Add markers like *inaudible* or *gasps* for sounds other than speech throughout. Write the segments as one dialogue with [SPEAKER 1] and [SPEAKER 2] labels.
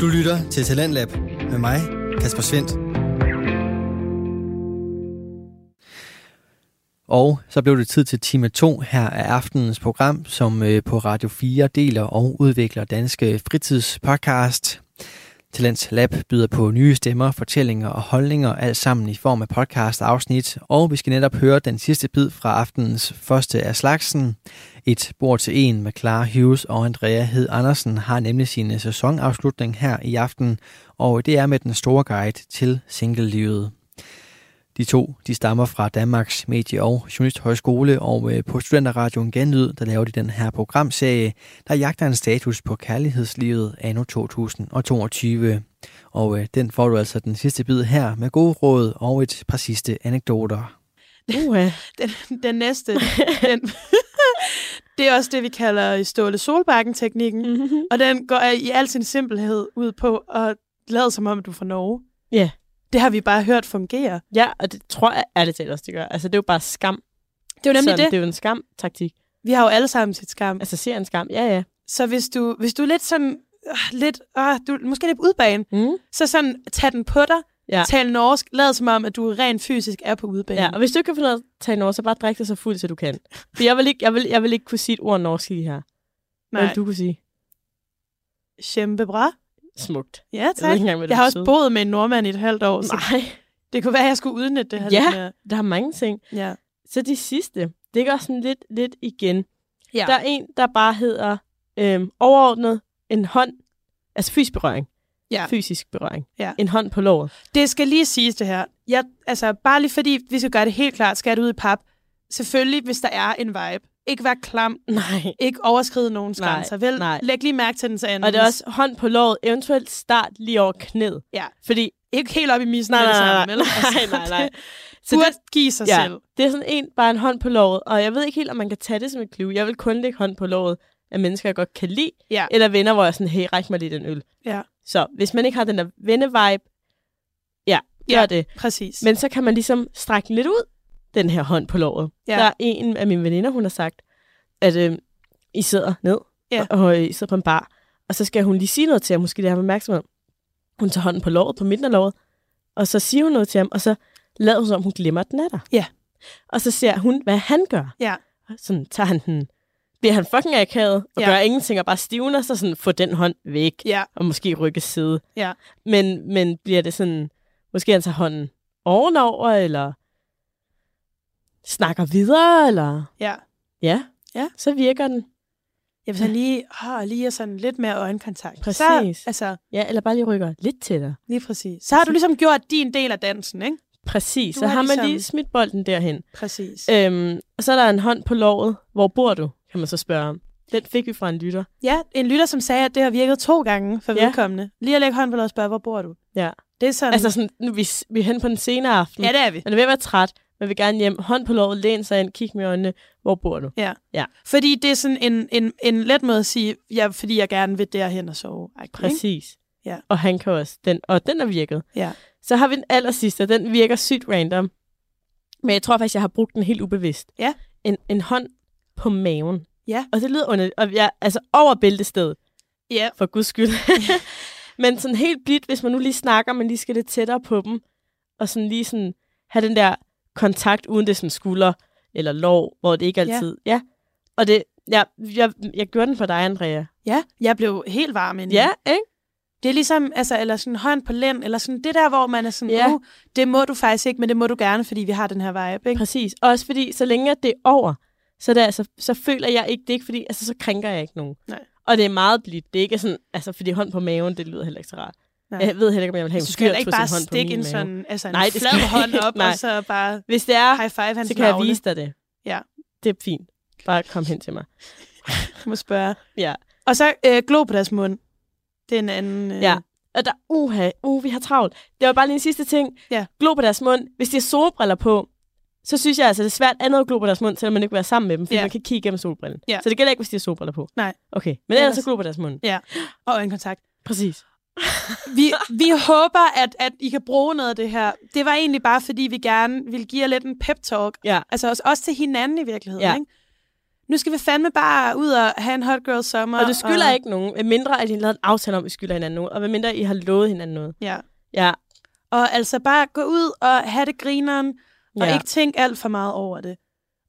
[SPEAKER 1] Du lytter til Talentlab med mig, Kasper Svendt. Og så blev det tid til time 2 her af aftenens program, som øh, på Radio 4 deler og udvikler danske fritidspodcast. Talents Lab byder på nye stemmer, fortællinger og holdninger, alt sammen i form af podcast afsnit. Og vi skal netop høre den sidste bid fra aftenens første af slagsen. Et bord til en med Clara Hughes og Andrea Hed Andersen har nemlig sin øh, sæsonafslutning her i aften, og det er med den store guide til singlelivet. De to de stammer fra Danmarks Medie- og Journalisthøjskole, og øh, på Studenterradioen Genlyd, der laver de den her programserie, der jagter en status på kærlighedslivet anno 2022. Og øh, den får du altså den sidste bid her med gode råd og et par sidste anekdoter.
[SPEAKER 2] Uha.
[SPEAKER 3] Den, den næste, den, det er også det, vi kalder Ståle Solbakken-teknikken. Mm. Og den går i al sin simpelhed ud på at lade som om, du er fra Norge.
[SPEAKER 2] Ja.
[SPEAKER 3] Det har vi bare hørt fungere.
[SPEAKER 2] Ja, og det tror jeg ærligt talt også, det gør. Altså, det er jo bare skam.
[SPEAKER 3] Det er jo nemlig
[SPEAKER 2] Sådan,
[SPEAKER 3] det.
[SPEAKER 2] Det er jo en skam-taktik.
[SPEAKER 3] Vi har jo alle sammen sit skam.
[SPEAKER 2] Altså, ser en skam. Ja, ja.
[SPEAKER 3] Så hvis du, hvis du er lidt sådan, øh, lidt, øh, du, er måske lidt på udebane,
[SPEAKER 2] Mm.
[SPEAKER 3] så sådan, tag den på dig,
[SPEAKER 2] Ja.
[SPEAKER 3] ja. tal norsk, lad som om, at du rent fysisk er på udebane.
[SPEAKER 2] Ja, og hvis du ikke kan finde ud af at tale norsk, så bare drik dig så fuld, så du kan. For jeg vil ikke, jeg vil, jeg vil ikke kunne sige et ord norsk lige her. Hvad
[SPEAKER 3] Nej,
[SPEAKER 2] vil
[SPEAKER 3] du...
[SPEAKER 2] du kunne sige?
[SPEAKER 3] Kæmpebra.
[SPEAKER 2] Smukt.
[SPEAKER 3] Ja,
[SPEAKER 2] Jeg ved
[SPEAKER 3] tak.
[SPEAKER 2] ikke engang, hvad det
[SPEAKER 3] Jeg har også
[SPEAKER 2] betyder.
[SPEAKER 3] boet med en nordmand i et halvt år, så
[SPEAKER 2] Nej,
[SPEAKER 3] det kunne være, at jeg skulle udnytte det her
[SPEAKER 2] Ja.
[SPEAKER 3] lidt mere.
[SPEAKER 2] *laughs* der er mange ting.
[SPEAKER 3] Ja.
[SPEAKER 2] Så de sidste, det går sådan lidt, lidt igen.
[SPEAKER 3] Ja.
[SPEAKER 2] Der er en, der bare hedder øhm, overordnet en hånd, altså fysisk berøring.
[SPEAKER 3] Ja.
[SPEAKER 2] Fysisk berøring.
[SPEAKER 3] Ja.
[SPEAKER 2] En hånd på låret.
[SPEAKER 3] Det skal lige siges det her. Jeg, altså, bare lige fordi, vi skal gøre det helt klart, skal det ud i pap. Selvfølgelig, hvis der er en vibe. Ikke være klam.
[SPEAKER 2] Nej.
[SPEAKER 3] Ikke overskride nogens
[SPEAKER 2] Nej,
[SPEAKER 3] grænser. Vel,
[SPEAKER 2] nej.
[SPEAKER 3] læg lige mærke til den så anden.
[SPEAKER 2] Og det er også hånd på låret, eventuelt start lige over knæet.
[SPEAKER 3] Mm. Ja.
[SPEAKER 2] Fordi,
[SPEAKER 3] Ikke helt op i misen
[SPEAKER 2] nej,
[SPEAKER 3] med
[SPEAKER 2] nej,
[SPEAKER 3] det
[SPEAKER 2] nej,
[SPEAKER 3] samme,
[SPEAKER 2] nej,
[SPEAKER 3] vel?
[SPEAKER 2] nej, nej, nej.
[SPEAKER 3] Så
[SPEAKER 2] Så det,
[SPEAKER 3] Burde *laughs* det, give sig
[SPEAKER 2] ja.
[SPEAKER 3] ja. selv.
[SPEAKER 2] det er sådan en, bare en hånd på låret. Og jeg ved ikke helt, om man kan tage det som et clue. Jeg vil kun lægge hånd på låret af mennesker, jeg godt kan lide.
[SPEAKER 3] Ja.
[SPEAKER 2] Eller venner, hvor jeg er sådan, hey, ræk mig lige den øl.
[SPEAKER 3] Ja.
[SPEAKER 2] Så hvis man ikke har den der vennevibe, ja, gør
[SPEAKER 3] Ja.
[SPEAKER 2] det.
[SPEAKER 3] Præcis. Men,
[SPEAKER 2] Men så kan man ligesom strække den lidt ud, den her hånd på låret.
[SPEAKER 3] Ja.
[SPEAKER 2] Der er en af mine veninder, hun har sagt, at øh, I sidder ned,
[SPEAKER 3] Ja.
[SPEAKER 2] og, og I sidder på en bar, og så skal hun lige sige noget til ham, måske det har ham opmærksomhed. Hun tager hånden på låret, på midten af låret, og så siger hun noget til ham, og så lader hun som om, hun glemmer, at den er der.
[SPEAKER 3] Ja.
[SPEAKER 2] Og så ser hun, hvad han gør.
[SPEAKER 3] Ja.
[SPEAKER 2] Og Sådan tager han den, bliver han fucking akavet, og
[SPEAKER 3] Ja.
[SPEAKER 2] gør ingenting, og bare stivner, så sådan, få den hånd væk,
[SPEAKER 3] ja.
[SPEAKER 2] og måske rykke side.
[SPEAKER 3] Ja.
[SPEAKER 2] Men, men bliver det sådan, måske han tager hånden ovenover, eller snakker videre, eller...
[SPEAKER 3] Ja.
[SPEAKER 2] Ja,
[SPEAKER 3] Ja.
[SPEAKER 2] så virker den.
[SPEAKER 3] Jeg vil sådan lige, åh, lige er sådan lidt mere øjenkontakt. Så,
[SPEAKER 2] Præcis.
[SPEAKER 3] altså,
[SPEAKER 2] Ja, eller bare lige rykker lidt til dig.
[SPEAKER 3] lige præcis. Så har du ligesom gjort din del af dansen, ikke?
[SPEAKER 2] Præcis,
[SPEAKER 3] Du
[SPEAKER 2] så
[SPEAKER 3] har
[SPEAKER 2] har man
[SPEAKER 3] ligesom-
[SPEAKER 2] lige smidt bolden derhen.
[SPEAKER 3] Præcis.
[SPEAKER 2] Øhm, og så er der en hånd på låret. Hvor bor du, kan man så spørge om. Den fik vi fra en lytter.
[SPEAKER 3] Ja, en lytter, som sagde, at det har virket to gange for
[SPEAKER 2] Ja.
[SPEAKER 3] ja. vedkommende. Lige at lægge hånd på låret og spørge, hvor bor du?
[SPEAKER 2] Ja.
[SPEAKER 3] Det er sådan...
[SPEAKER 2] Altså sådan, nu er vi, vi er hen på den senere aften.
[SPEAKER 3] ja, det er vi.
[SPEAKER 2] Man er ved at være træt, men vil gerne hjem. Hånd på låret, læn sig ind, kig med øjnene. Hvor bor du?
[SPEAKER 3] Fordi det er sådan en, en, en let måde at sige, ja, fordi jeg gerne vil derhen og sove. Ej, ikke?
[SPEAKER 2] Præcis.
[SPEAKER 3] Ja.
[SPEAKER 2] Og han kan også. Den, og den har virket.
[SPEAKER 3] Ja.
[SPEAKER 2] Så har vi den aller sidste, og den virker sygt random. Men jeg tror faktisk, jeg har brugt den helt ubevidst.
[SPEAKER 3] Ja.
[SPEAKER 2] En, en hånd på maven.
[SPEAKER 3] Ja.
[SPEAKER 2] Og det lyder underligt. Og jeg, altså over bæltestedet,
[SPEAKER 3] Ja.
[SPEAKER 2] for guds skyld. *laughs* Men sådan helt blidt, hvis man nu lige snakker, man lige skal lidt tættere på dem. Og sådan lige sådan have den der kontakt, uden det er sådan skulder eller lår, hvor det ikke
[SPEAKER 3] Ja.
[SPEAKER 2] altid... Ja. ja. Og det, ja, jeg, jeg gjorde den for dig, Andrea.
[SPEAKER 3] Ja, jeg blev helt varm inde. i
[SPEAKER 2] Ja,
[SPEAKER 3] den.
[SPEAKER 2] ikke?
[SPEAKER 3] Det er ligesom, altså, eller sådan hånd på lænd, eller sådan det der, hvor man er sådan,
[SPEAKER 2] Ja.
[SPEAKER 3] ja. uh, det må du faktisk ikke, men det må du gerne, fordi vi har den her vibe, ikke?
[SPEAKER 2] Præcis. Også fordi, så længe at det er over, så, er det, altså, så føler jeg ikke det, er ikke fordi, altså, så krænker jeg ikke nogen.
[SPEAKER 3] Nej.
[SPEAKER 2] Og det er meget blidt. Det er ikke sådan, altså, fordi hånd på maven, det lyder heller ikke så rart.
[SPEAKER 3] Nej.
[SPEAKER 2] Jeg ved heller ikke, om jeg vil have
[SPEAKER 3] Du
[SPEAKER 2] en
[SPEAKER 3] skal heller
[SPEAKER 2] skyr
[SPEAKER 3] ikke
[SPEAKER 2] på
[SPEAKER 3] bare
[SPEAKER 2] sin hånd på min
[SPEAKER 3] stikke en
[SPEAKER 2] mave.
[SPEAKER 3] sådan, altså en
[SPEAKER 2] Nej,
[SPEAKER 3] Nej,
[SPEAKER 2] det
[SPEAKER 3] flad
[SPEAKER 2] skal jeg
[SPEAKER 3] hånd
[SPEAKER 2] ikke.
[SPEAKER 3] op,
[SPEAKER 2] Nej.
[SPEAKER 3] og så bare
[SPEAKER 2] Hvis det er,
[SPEAKER 3] high five hans
[SPEAKER 2] så kan jeg
[SPEAKER 3] navle.
[SPEAKER 2] vise dig det.
[SPEAKER 3] Ja.
[SPEAKER 2] Det er fint. Bare kom hen til mig.
[SPEAKER 3] må spørge.
[SPEAKER 2] Ja.
[SPEAKER 3] Og så øh, glo på deres mund. Det er en anden... Øh,
[SPEAKER 2] Ja. Og der, uha, uh, vi har travlt. Det var bare lige en sidste ting.
[SPEAKER 3] Ja.
[SPEAKER 2] Glo på deres mund. Hvis de har solbriller på, så synes jeg altså, det er svært andet at glo på deres mund, selvom man ikke vil være sammen med dem, fordi
[SPEAKER 3] Ja.
[SPEAKER 2] man kan kigge gennem solbrillen.
[SPEAKER 3] Ja.
[SPEAKER 2] Så det gælder ikke, hvis de har solbriller på.
[SPEAKER 3] Nej.
[SPEAKER 2] Okay, men ellers
[SPEAKER 3] Ellers-
[SPEAKER 2] så glo på deres mund.
[SPEAKER 3] Og øjenkontakt.
[SPEAKER 2] Præcis.
[SPEAKER 3] Vi, vi håber, at, at I kan bruge noget af det her. Det var egentlig bare, fordi vi gerne ville give jer lidt en pep-talk.
[SPEAKER 2] Ja.
[SPEAKER 3] Altså også, også til hinanden i virkeligheden.
[SPEAKER 2] Ja.
[SPEAKER 3] Ikke? nu skal vi fandme bare ud og have en hot girl summer.
[SPEAKER 2] Og du skylder og... ikke nogen, med mindre at I har lavet en aftale om, at I skylder hinanden noget, og med mindre I har lovet hinanden noget.
[SPEAKER 3] Ja.
[SPEAKER 2] Ja,
[SPEAKER 3] Og altså bare gå ud og have det grineren, og
[SPEAKER 2] ja.
[SPEAKER 3] ikke tænke alt for meget over det.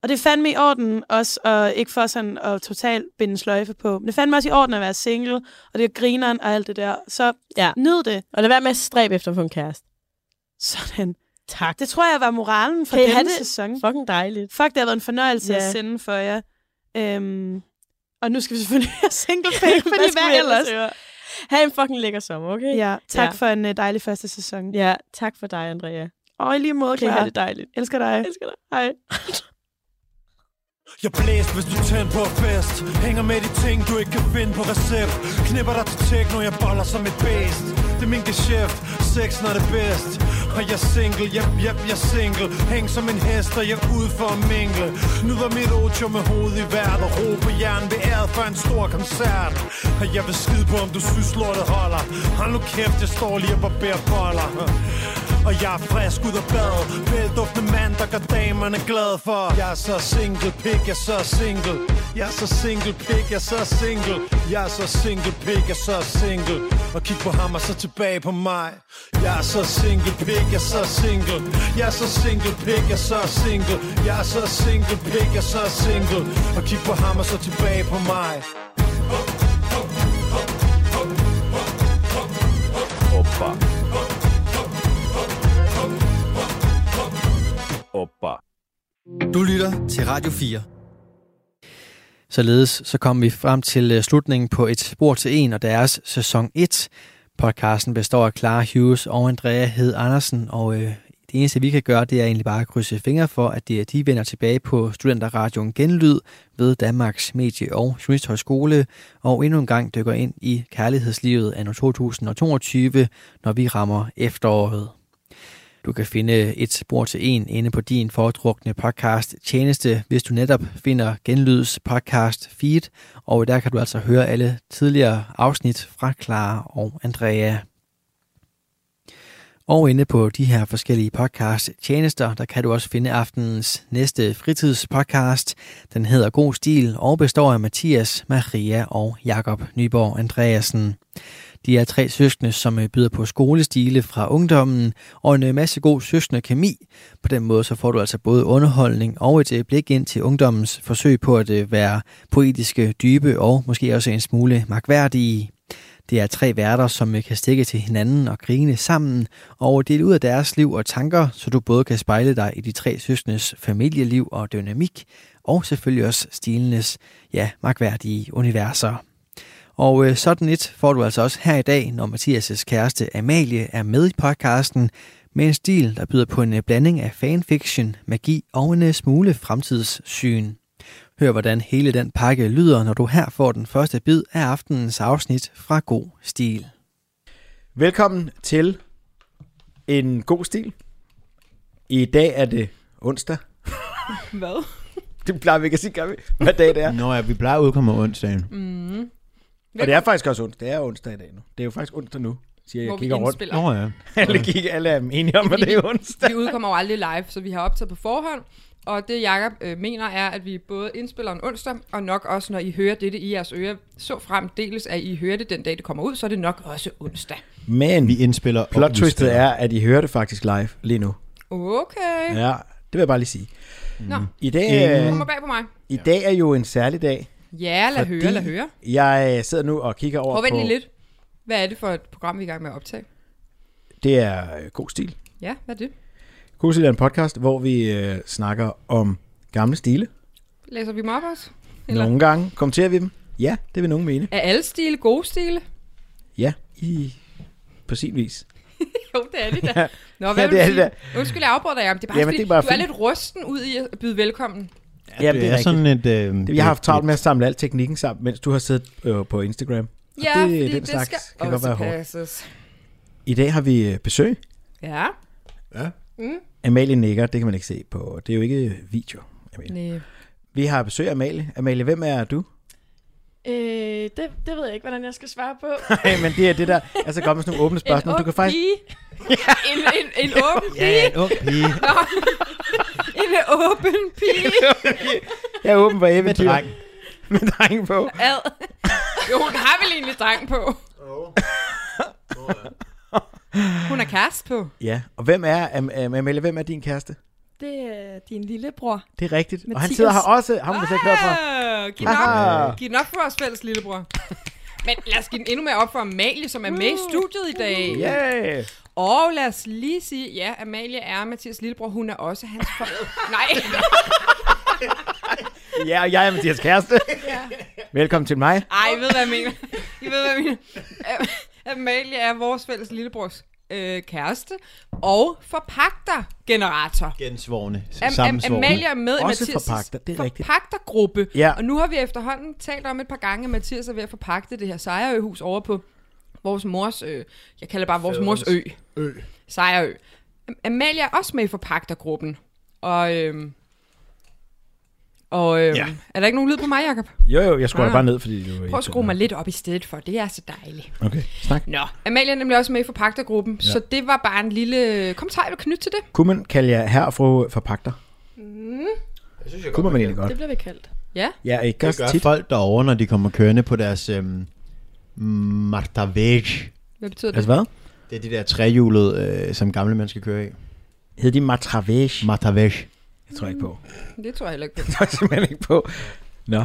[SPEAKER 3] Og det er fandme i orden også, og ikke for sådan at totalt binde en sløjfe på. Men det er fandme også i orden at være single, og det er grineren og alt det der. Så
[SPEAKER 2] Ja.
[SPEAKER 3] nyd det.
[SPEAKER 2] Og lad være med at stræbe efter at få en kæreste.
[SPEAKER 3] Sådan.
[SPEAKER 2] Tak. Det
[SPEAKER 3] Det tror jeg var moralen for
[SPEAKER 2] Kan I
[SPEAKER 3] denne
[SPEAKER 2] have det?
[SPEAKER 3] sæson.
[SPEAKER 2] er fucking dejligt.
[SPEAKER 3] Fuck, det har været en fornøjelse yeah.
[SPEAKER 2] Ja.
[SPEAKER 3] at sende for jer. Øhm, og nu skal vi selvfølgelig have
[SPEAKER 2] *laughs*
[SPEAKER 3] single pick,
[SPEAKER 2] Hvad
[SPEAKER 3] fordi
[SPEAKER 2] skulle
[SPEAKER 3] hvad
[SPEAKER 2] vi
[SPEAKER 3] ellers?
[SPEAKER 2] høre? Ha' en fucking lækker sommer, okay?
[SPEAKER 3] Ja,
[SPEAKER 2] Ja.
[SPEAKER 3] tak ja. for en uh, dejlig første sæson.
[SPEAKER 2] ja tak for dig, Andrea.
[SPEAKER 3] Og i lige måde,
[SPEAKER 2] Okay, ha'
[SPEAKER 3] Clara.
[SPEAKER 2] det dejligt.
[SPEAKER 3] Elsker dig.
[SPEAKER 2] Jeg elsker dig. Hej.
[SPEAKER 4] Jeg blæst, hvis du tænder på fest Hænger med de ting, du ikke kan finde på recept Knipper dig til techno, jeg boller som et bæst Det er min geschæft, sex når det er bedst Og jeg er single, yep, yep, jeg er single Hæng som en hest, og jeg er ude for at mingle Nyder mit otium med hovedet i vejret Og ro på hjernen ved æret for en stor koncert Og jeg vil skide på, om du synes lortet holder Hold nu kæft, jeg står lige og barberer boller Og jeg er frisk ud af bad Velduftende mand, der gør damerne glade for Jeg er så single pig, jeg er så single Jeg er så single pig, jeg er så single Jeg er så single pig, jeg er så single Og kig på ham og så tilbage på mig Jeg er så single pig, jeg er så single Jeg er så single pig, jeg er så single Jeg er så single pig, jeg er så single Og kig på ham og så tilbage på mig
[SPEAKER 5] Opa. Opa.
[SPEAKER 1] Du lytter til Radio 4. Således så kom vi frem til øh, slutningen på Et spor til en og deres sæson 1. Podcasten består af Clara Hughes og Andrea Hed Andersen, og øh, det eneste vi kan gøre, det er egentlig bare at krydse fingre for, at det er, de vender tilbage på Studenterradioen Genlyd ved Danmarks Medie- og Journalisthøjskole, og endnu en gang dykker ind i kærlighedslivet anno 2022, når vi rammer efteråret. Du kan finde et spor til en inde på din foretrukne podcast tjeneste, hvis du netop finder Genlyds podcast feed, og der kan du altså høre alle tidligere afsnit fra Clara og Andrea. Og inde på de her forskellige podcast tjenester, der kan du også finde aftenens næste fritidspodcast. Den hedder God Stil og består af Mathias, Maria og Jakob Nyborg Andreasen. De er tre søskende, som øh, byder på skolestile fra ungdommen og en øh, masse god søskende kemi. På den måde så får du altså både underholdning og et øh, blik ind til ungdommens forsøg på at øh, være poetiske, dybe og måske også en smule magværdige. Det er tre værter, som øh, kan stikke til hinanden og grine sammen og dele ud af deres liv og tanker, så du både kan spejle dig i de tre søskendes familieliv og dynamik, og selvfølgelig også stilenes, ja, magværdige universer. Og øh, sådan et får du altså også her i dag, når Mathias' kæreste Amalie er med i podcasten, med en stil, der byder på en øh, blanding af fanfiction, magi og en øh, smule fremtidssyn. Hør, hvordan hele den pakke lyder, når du her får den første bid af aftenens afsnit fra God Stil.
[SPEAKER 6] Velkommen til en god stil. I dag er det onsdag.
[SPEAKER 7] *laughs* Hvad?
[SPEAKER 6] *laughs* Det plejer vi ikke at sige, gør vi? Hvad dag det er.
[SPEAKER 8] Nå ja, vi plejer at udkomme om onsdagen.
[SPEAKER 7] Mm.
[SPEAKER 6] Og det er faktisk også onsdag. Det er onsdag i dag nu. Det er jo faktisk onsdag nu, siger jeg.
[SPEAKER 7] Hvor
[SPEAKER 6] Jeg
[SPEAKER 7] vi
[SPEAKER 6] kigger rundt.
[SPEAKER 7] indspiller.
[SPEAKER 8] Nå ja.
[SPEAKER 6] Alle, kigger, alle er enige om, at
[SPEAKER 7] Fordi
[SPEAKER 6] det er onsdag.
[SPEAKER 7] *laughs* Vi udkommer jo aldrig live, så vi har optaget på forhånd. Og det Jakob øh, mener er, at vi både indspiller en onsdag, og nok også, når I hører dette i jeres ører, så fremdeles, at I hører det den dag, det kommer ud, så er det nok også onsdag.
[SPEAKER 6] Men
[SPEAKER 8] Vi indspiller og
[SPEAKER 6] plot twistet
[SPEAKER 8] udspiller.
[SPEAKER 6] er, at I hører det faktisk live lige nu.
[SPEAKER 7] Okay. Ja.
[SPEAKER 6] Ja, det vil jeg bare lige sige.
[SPEAKER 7] Nå,
[SPEAKER 6] I dag,
[SPEAKER 7] du
[SPEAKER 6] øh,
[SPEAKER 7] kommer bag på mig.
[SPEAKER 6] i dag er jo en særlig dag.
[SPEAKER 7] Ja, lad
[SPEAKER 6] Fordi-
[SPEAKER 7] høre, lad høre.
[SPEAKER 6] Jeg sidder nu og kigger over
[SPEAKER 7] Prøv at vente
[SPEAKER 6] på...
[SPEAKER 7] lige lidt. Hvad er det for et program, vi er i gang med at optage?
[SPEAKER 6] Det er øh, god stil.
[SPEAKER 7] Ja, hvad er det?
[SPEAKER 6] God stil er en podcast, hvor vi øh, snakker om gamle stile.
[SPEAKER 7] Læser vi dem op også? Eller?
[SPEAKER 6] Nogle gange kommenterer vi dem. Ja, det vil nogen mene.
[SPEAKER 7] Er alle stile gode stile?
[SPEAKER 6] Ja, i, på sin vis.
[SPEAKER 7] Jo, det er det da. Nå,
[SPEAKER 6] *laughs*
[SPEAKER 7] hvad
[SPEAKER 6] Ja,
[SPEAKER 7] ja,
[SPEAKER 6] det er
[SPEAKER 7] det vil
[SPEAKER 6] det
[SPEAKER 7] du sige? Undskyld, jeg afbrød dig, Jacob. Det er bare,
[SPEAKER 6] Jamen,
[SPEAKER 7] fordi,
[SPEAKER 6] det er bare
[SPEAKER 7] du er
[SPEAKER 6] fint.
[SPEAKER 7] lidt rusten ud i at byde velkommen.
[SPEAKER 6] Ja, Jamen,
[SPEAKER 8] det er sådan et... Øh,
[SPEAKER 6] Det, jeg har haft travlt med at samle al teknikken sammen, mens du har siddet øh, på Instagram.
[SPEAKER 7] Ja,
[SPEAKER 6] det- den
[SPEAKER 7] fordi det
[SPEAKER 6] slags
[SPEAKER 7] skal
[SPEAKER 6] kan godt
[SPEAKER 7] også
[SPEAKER 6] være hårdt.
[SPEAKER 7] passes.
[SPEAKER 6] I dag har vi øh, besøg.
[SPEAKER 7] Ja,
[SPEAKER 6] Amalie nikker, det kan man ikke se på. Det er jo ikke øh, video. Amalie.
[SPEAKER 7] nej.
[SPEAKER 6] Vi har besøg af Amalie. Amalie, hvem er du?
[SPEAKER 9] Øh, det, det ved jeg ikke, hvordan jeg skal svare på.
[SPEAKER 6] *laughs* Nej, men det er det der... Altså, kom med sådan nogle åbne spørgsmål.
[SPEAKER 9] en
[SPEAKER 6] Du kan faktisk...
[SPEAKER 9] pige.
[SPEAKER 7] En, en, en åben
[SPEAKER 8] Ja,
[SPEAKER 7] pige,
[SPEAKER 8] en ung pige.
[SPEAKER 6] *laughs*
[SPEAKER 7] en åben pige.
[SPEAKER 6] Jeg er åben for eventyr.
[SPEAKER 8] dreng.
[SPEAKER 6] Med dreng på.
[SPEAKER 7] Ad. Jo, hun har vel egentlig dreng på. Hun er kæreste på.
[SPEAKER 6] Ja, og hvem er, Am- Am- Amalie, hvem er din kæreste?
[SPEAKER 9] Det er din lillebror.
[SPEAKER 6] Det er rigtigt. Mathias. Og han
[SPEAKER 9] Mathias.
[SPEAKER 6] sidder her også. Ham kan vi så køre for.
[SPEAKER 7] Ah, Giv den
[SPEAKER 6] Aha.
[SPEAKER 7] op, giv den op for vores fælles lillebror. Men lad os give den endnu mere op for Amalie, som er med
[SPEAKER 6] Uh.
[SPEAKER 7] i studiet i dag.
[SPEAKER 6] Yeah.
[SPEAKER 7] Og lad os lige sige, ja, Amalie er Mathias lillebror. Hun er også hans
[SPEAKER 6] *laughs*
[SPEAKER 7] for... Nej,
[SPEAKER 6] Ja, og jeg er Mathias
[SPEAKER 9] *laughs*
[SPEAKER 6] kæreste. Velkommen til mig.
[SPEAKER 7] Ej, I ved, hvad jeg mener. I ved, hvad jeg mener. Am- Amalie er vores fælles lillebrors øh, kæreste og forpagtergenerator.
[SPEAKER 8] Gensvogne.
[SPEAKER 7] Am- Am-
[SPEAKER 8] Sammensvogne.
[SPEAKER 7] Amalie er med i
[SPEAKER 6] Også
[SPEAKER 7] Mathias'
[SPEAKER 6] forpagter, det er rigtigt.
[SPEAKER 7] forpagtergruppe.
[SPEAKER 6] Ja.
[SPEAKER 7] Og nu har vi efterhånden talt om et par gange, at Mathias er ved at forpagte det her Sejrøhus over på vores mors, øh, jeg kalder det bare vores mors ø.
[SPEAKER 8] Ø.
[SPEAKER 7] Sejrø. Am- Amalie er også med i forpagtergruppen. Og, øhm, og øhm, ja.
[SPEAKER 8] Ja.
[SPEAKER 7] er der ikke nogen lyd på mig, Jacob?
[SPEAKER 6] Jo, jo, jeg skruer
[SPEAKER 7] Ah.
[SPEAKER 6] ah. bare ned, fordi du...
[SPEAKER 7] Prøv at skrue mig lidt op i stedet for, det er så dejligt.
[SPEAKER 6] Okay, snak.
[SPEAKER 7] Nå, Amalie er nemlig også med i forpagtergruppen, ja. så det var bare en lille kommentar, jeg vil knytte til det.
[SPEAKER 6] Kunne man kalde jer her og fru forpagter?
[SPEAKER 10] Jeg synes, jeg
[SPEAKER 6] Kunne man egentlig godt?
[SPEAKER 9] Mm. Det bliver vi kaldt.
[SPEAKER 6] Ja, ikke
[SPEAKER 8] Det
[SPEAKER 6] også
[SPEAKER 8] gør
[SPEAKER 6] tit.
[SPEAKER 8] folk derovre, når de kommer kørende på deres øhm, martavej.
[SPEAKER 7] Hvad betyder det?
[SPEAKER 6] Altså hvad?
[SPEAKER 8] Det er de der trehjulede, øh, som gamle mennesker kører i.
[SPEAKER 6] Hed de matravej?
[SPEAKER 8] Martavej.
[SPEAKER 6] Jeg tror jeg ikke på. *laughs*
[SPEAKER 9] Mm.
[SPEAKER 7] Det tror jeg heller ikke.
[SPEAKER 6] Jeg tror jeg simpelthen ikke på. Nå.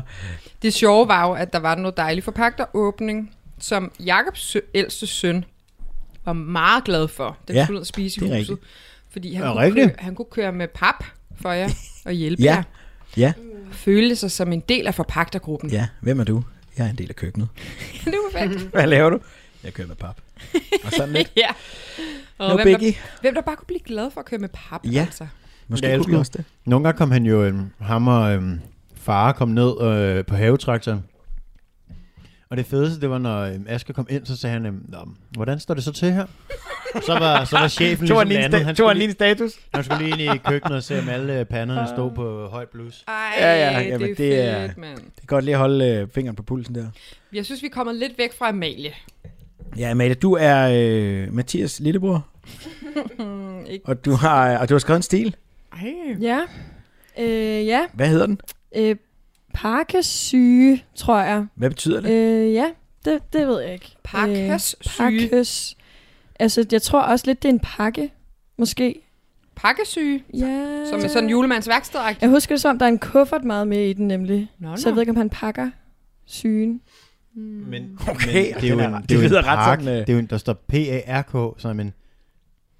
[SPEAKER 7] Det sjove var jo, at der var noget dejlig forpagteråbning, som Jakobs sø- ældste søn var meget glad for, da vi
[SPEAKER 6] Ja,
[SPEAKER 7] skulle ud og spise i
[SPEAKER 6] det er
[SPEAKER 7] huset. Fordi han
[SPEAKER 8] Ja,
[SPEAKER 7] kunne,
[SPEAKER 8] rigtigt.
[SPEAKER 7] køre, han kunne køre med pap for jer og hjælpe
[SPEAKER 6] Ja.
[SPEAKER 7] jer.
[SPEAKER 6] Ja.
[SPEAKER 7] Og Føle sig som en del af forpagtergruppen.
[SPEAKER 6] Ja, hvem er du? Jeg er en del af køkkenet.
[SPEAKER 7] *laughs* det
[SPEAKER 6] *laughs*
[SPEAKER 7] var fedt.
[SPEAKER 6] Hvad laver du? Jeg kører med
[SPEAKER 9] *laughs*
[SPEAKER 6] pap. Og sådan lidt.
[SPEAKER 7] ja. Og
[SPEAKER 6] No
[SPEAKER 7] hvem, der,
[SPEAKER 6] biggie.
[SPEAKER 7] hvem der bare kunne blive glad for at køre med pap,
[SPEAKER 6] Ja.
[SPEAKER 7] altså.
[SPEAKER 6] Måske
[SPEAKER 8] Jeg
[SPEAKER 6] kunne
[SPEAKER 8] elsker
[SPEAKER 6] vi
[SPEAKER 8] det.
[SPEAKER 6] også det.
[SPEAKER 8] Nogle gange kom han jo, øhm, ham og øhm, far kom ned øh, på havetraktoren. Og det fedeste, det var, når øhm, Asger kom ind, så sagde han, øhm, "Nå, hvordan står det så til her? så var, så var
[SPEAKER 6] *laughs*
[SPEAKER 8] chefen
[SPEAKER 6] Tog
[SPEAKER 8] ligesom
[SPEAKER 6] han lige en
[SPEAKER 8] en anden.
[SPEAKER 6] sta-
[SPEAKER 8] Han
[SPEAKER 6] tog han
[SPEAKER 8] skulle,
[SPEAKER 6] lige
[SPEAKER 8] lige,
[SPEAKER 6] en status?
[SPEAKER 8] han skulle lige ind i køkkenet og se, om alle øh, panderne stod på højt blus.
[SPEAKER 7] Ej,
[SPEAKER 6] Ja, ja,
[SPEAKER 7] det,
[SPEAKER 6] jamen,
[SPEAKER 7] er
[SPEAKER 6] det
[SPEAKER 7] fedt,
[SPEAKER 6] er-
[SPEAKER 7] mand.
[SPEAKER 6] Det er godt lige at holde øh, fingeren på pulsen der.
[SPEAKER 7] Jeg synes, vi er kommet lidt væk fra Amalie.
[SPEAKER 6] Ja, Amalie, du er øh, Mathias
[SPEAKER 9] *laughs*
[SPEAKER 6] lillebror,
[SPEAKER 7] Mm, ikke.
[SPEAKER 6] og du har, og du har skrevet en stil.
[SPEAKER 9] Ja. Øh, ja.
[SPEAKER 6] Hvad hedder den?
[SPEAKER 9] Øh, parkesyge, tror jeg.
[SPEAKER 6] Hvad betyder det?
[SPEAKER 9] Øh, ja, det, det ved jeg ikke.
[SPEAKER 7] Parkes syge.
[SPEAKER 9] Pakkes. Altså, jeg tror også lidt, det er en pakke, måske.
[SPEAKER 7] Pakkesyge,
[SPEAKER 9] Ja.
[SPEAKER 7] som er sådan en
[SPEAKER 6] Øh.
[SPEAKER 7] julemandsværksted.
[SPEAKER 9] Jeg husker det som, om, der er en kuffert meget med i den nemlig.
[SPEAKER 7] Nå, nå.
[SPEAKER 9] Så jeg ved ikke, om han pakker sygen.
[SPEAKER 8] Men,
[SPEAKER 9] Øh,
[SPEAKER 6] Okay,
[SPEAKER 8] men Mm. det er jo
[SPEAKER 6] den
[SPEAKER 8] en,
[SPEAKER 6] er-
[SPEAKER 8] det er jo
[SPEAKER 6] det lyder
[SPEAKER 8] en
[SPEAKER 6] ret
[SPEAKER 8] park,
[SPEAKER 6] sådan, øh.
[SPEAKER 8] det er jo en, der står P-A-R-K, som en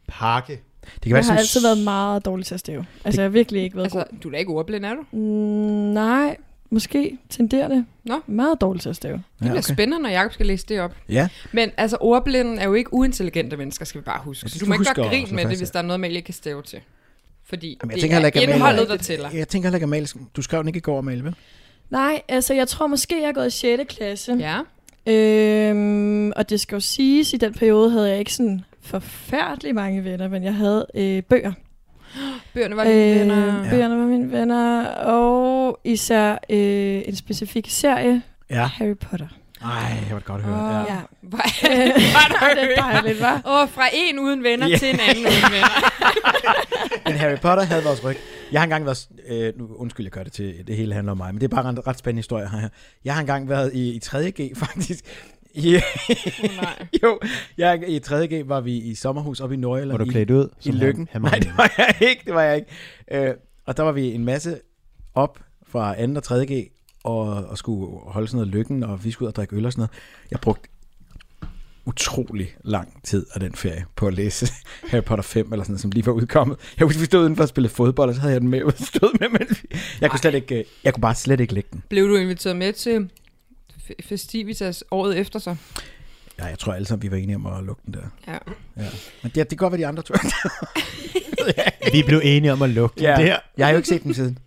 [SPEAKER 8] pakke.
[SPEAKER 6] Det kan
[SPEAKER 9] Jeg
[SPEAKER 6] være
[SPEAKER 9] har
[SPEAKER 6] sådan
[SPEAKER 9] altid været meget dårlig til at stave. Altså, jeg har virkelig ikke været altså,
[SPEAKER 7] Altså, du er da ikke ordblind, er du?
[SPEAKER 9] god. Mm, nej, måske tenderende.
[SPEAKER 7] Nå.
[SPEAKER 9] Meget dårlig til at stave.
[SPEAKER 7] Det bliver
[SPEAKER 6] okay.
[SPEAKER 7] spændende, når Jacob skal læse det op.
[SPEAKER 6] Ja.
[SPEAKER 7] Men altså, ordblinden er jo ikke uintelligente mennesker, skal vi bare huske.
[SPEAKER 6] Jeg
[SPEAKER 7] Så
[SPEAKER 6] synes,
[SPEAKER 7] du må
[SPEAKER 6] Altså, du
[SPEAKER 7] ikke
[SPEAKER 6] husker
[SPEAKER 7] godt grine
[SPEAKER 6] også,
[SPEAKER 7] med det,
[SPEAKER 6] faktisk,
[SPEAKER 7] hvis der er noget, man ikke kan stave til. Fordi
[SPEAKER 6] Jamen, jeg
[SPEAKER 7] det
[SPEAKER 6] tænker heller
[SPEAKER 7] er
[SPEAKER 6] ikke, Amalie-
[SPEAKER 7] indholdet, der tæller.
[SPEAKER 6] Jeg tænker heller ikke, Amalie, du skrev den ikke i går, Amalie, vel?
[SPEAKER 9] Nej, altså, jeg tror måske, jeg er gået i 6. klasse.
[SPEAKER 7] Ja.
[SPEAKER 9] Øhm, og det skal jo siges, i den periode havde jeg ikke sådan forfærdelig mange venner, men jeg havde øh, bøger.
[SPEAKER 7] Bøgerne var dine venner.
[SPEAKER 9] Øh, bøgerne var mine venner, og især øh, en specifik serie,
[SPEAKER 6] Ja.
[SPEAKER 9] Harry Potter.
[SPEAKER 6] Ej, jeg var godt høre. Ja.
[SPEAKER 9] Ah, *laughs* Ja.
[SPEAKER 6] *laughs*
[SPEAKER 7] Hvor
[SPEAKER 9] Øh,
[SPEAKER 7] var
[SPEAKER 9] det er dejligt, hva'?
[SPEAKER 7] Åh, fra en uden venner
[SPEAKER 6] Ja.
[SPEAKER 7] til en anden
[SPEAKER 6] *laughs*
[SPEAKER 7] uden venner.
[SPEAKER 6] Men Harry Potter havde vores ryg. Jeg har engang været... Øh, nu, undskyld, jeg gør det til... Det hele handler om mig, men det er bare en ret spændende historie her. Jeg har engang været i, i 3.G, *laughs* faktisk. I,
[SPEAKER 7] Nej.
[SPEAKER 6] jo, jeg, i 3.G var vi i sommerhus oppe i Norge.
[SPEAKER 8] Var du klædt ud?
[SPEAKER 6] i
[SPEAKER 8] som
[SPEAKER 6] lykken.
[SPEAKER 8] Han,
[SPEAKER 6] Nej,
[SPEAKER 8] han
[SPEAKER 6] det var jeg ikke, det var jeg ikke. Øh, og der var vi en masse op fra 2. og 3. G, og, og skulle holde sådan noget lykken, og vi skulle ud og drikke øl og sådan noget. Jeg brugte utrolig lang tid af den ferie på at læse *laughs* Harry Potter 5, eller sådan noget, som lige var udkommet. Jeg husker, vi stod udenfor og spillede fodbold, og så havde jeg den med, *laughs* og stod med, men vi- jeg kunne, slet ikke, øh, jeg kunne bare slet ikke lægge den.
[SPEAKER 7] Blev du inviteret med til fe- Festivitas året efter så?
[SPEAKER 6] Ja, jeg tror alle sammen, vi var enige om at lukke den der.
[SPEAKER 7] Ja.
[SPEAKER 6] ja. Men det, det kan godt være de andre *laughs* to.
[SPEAKER 8] Vi blev enige om at lukke ja. det her.
[SPEAKER 6] Jeg har jo ikke set dem siden.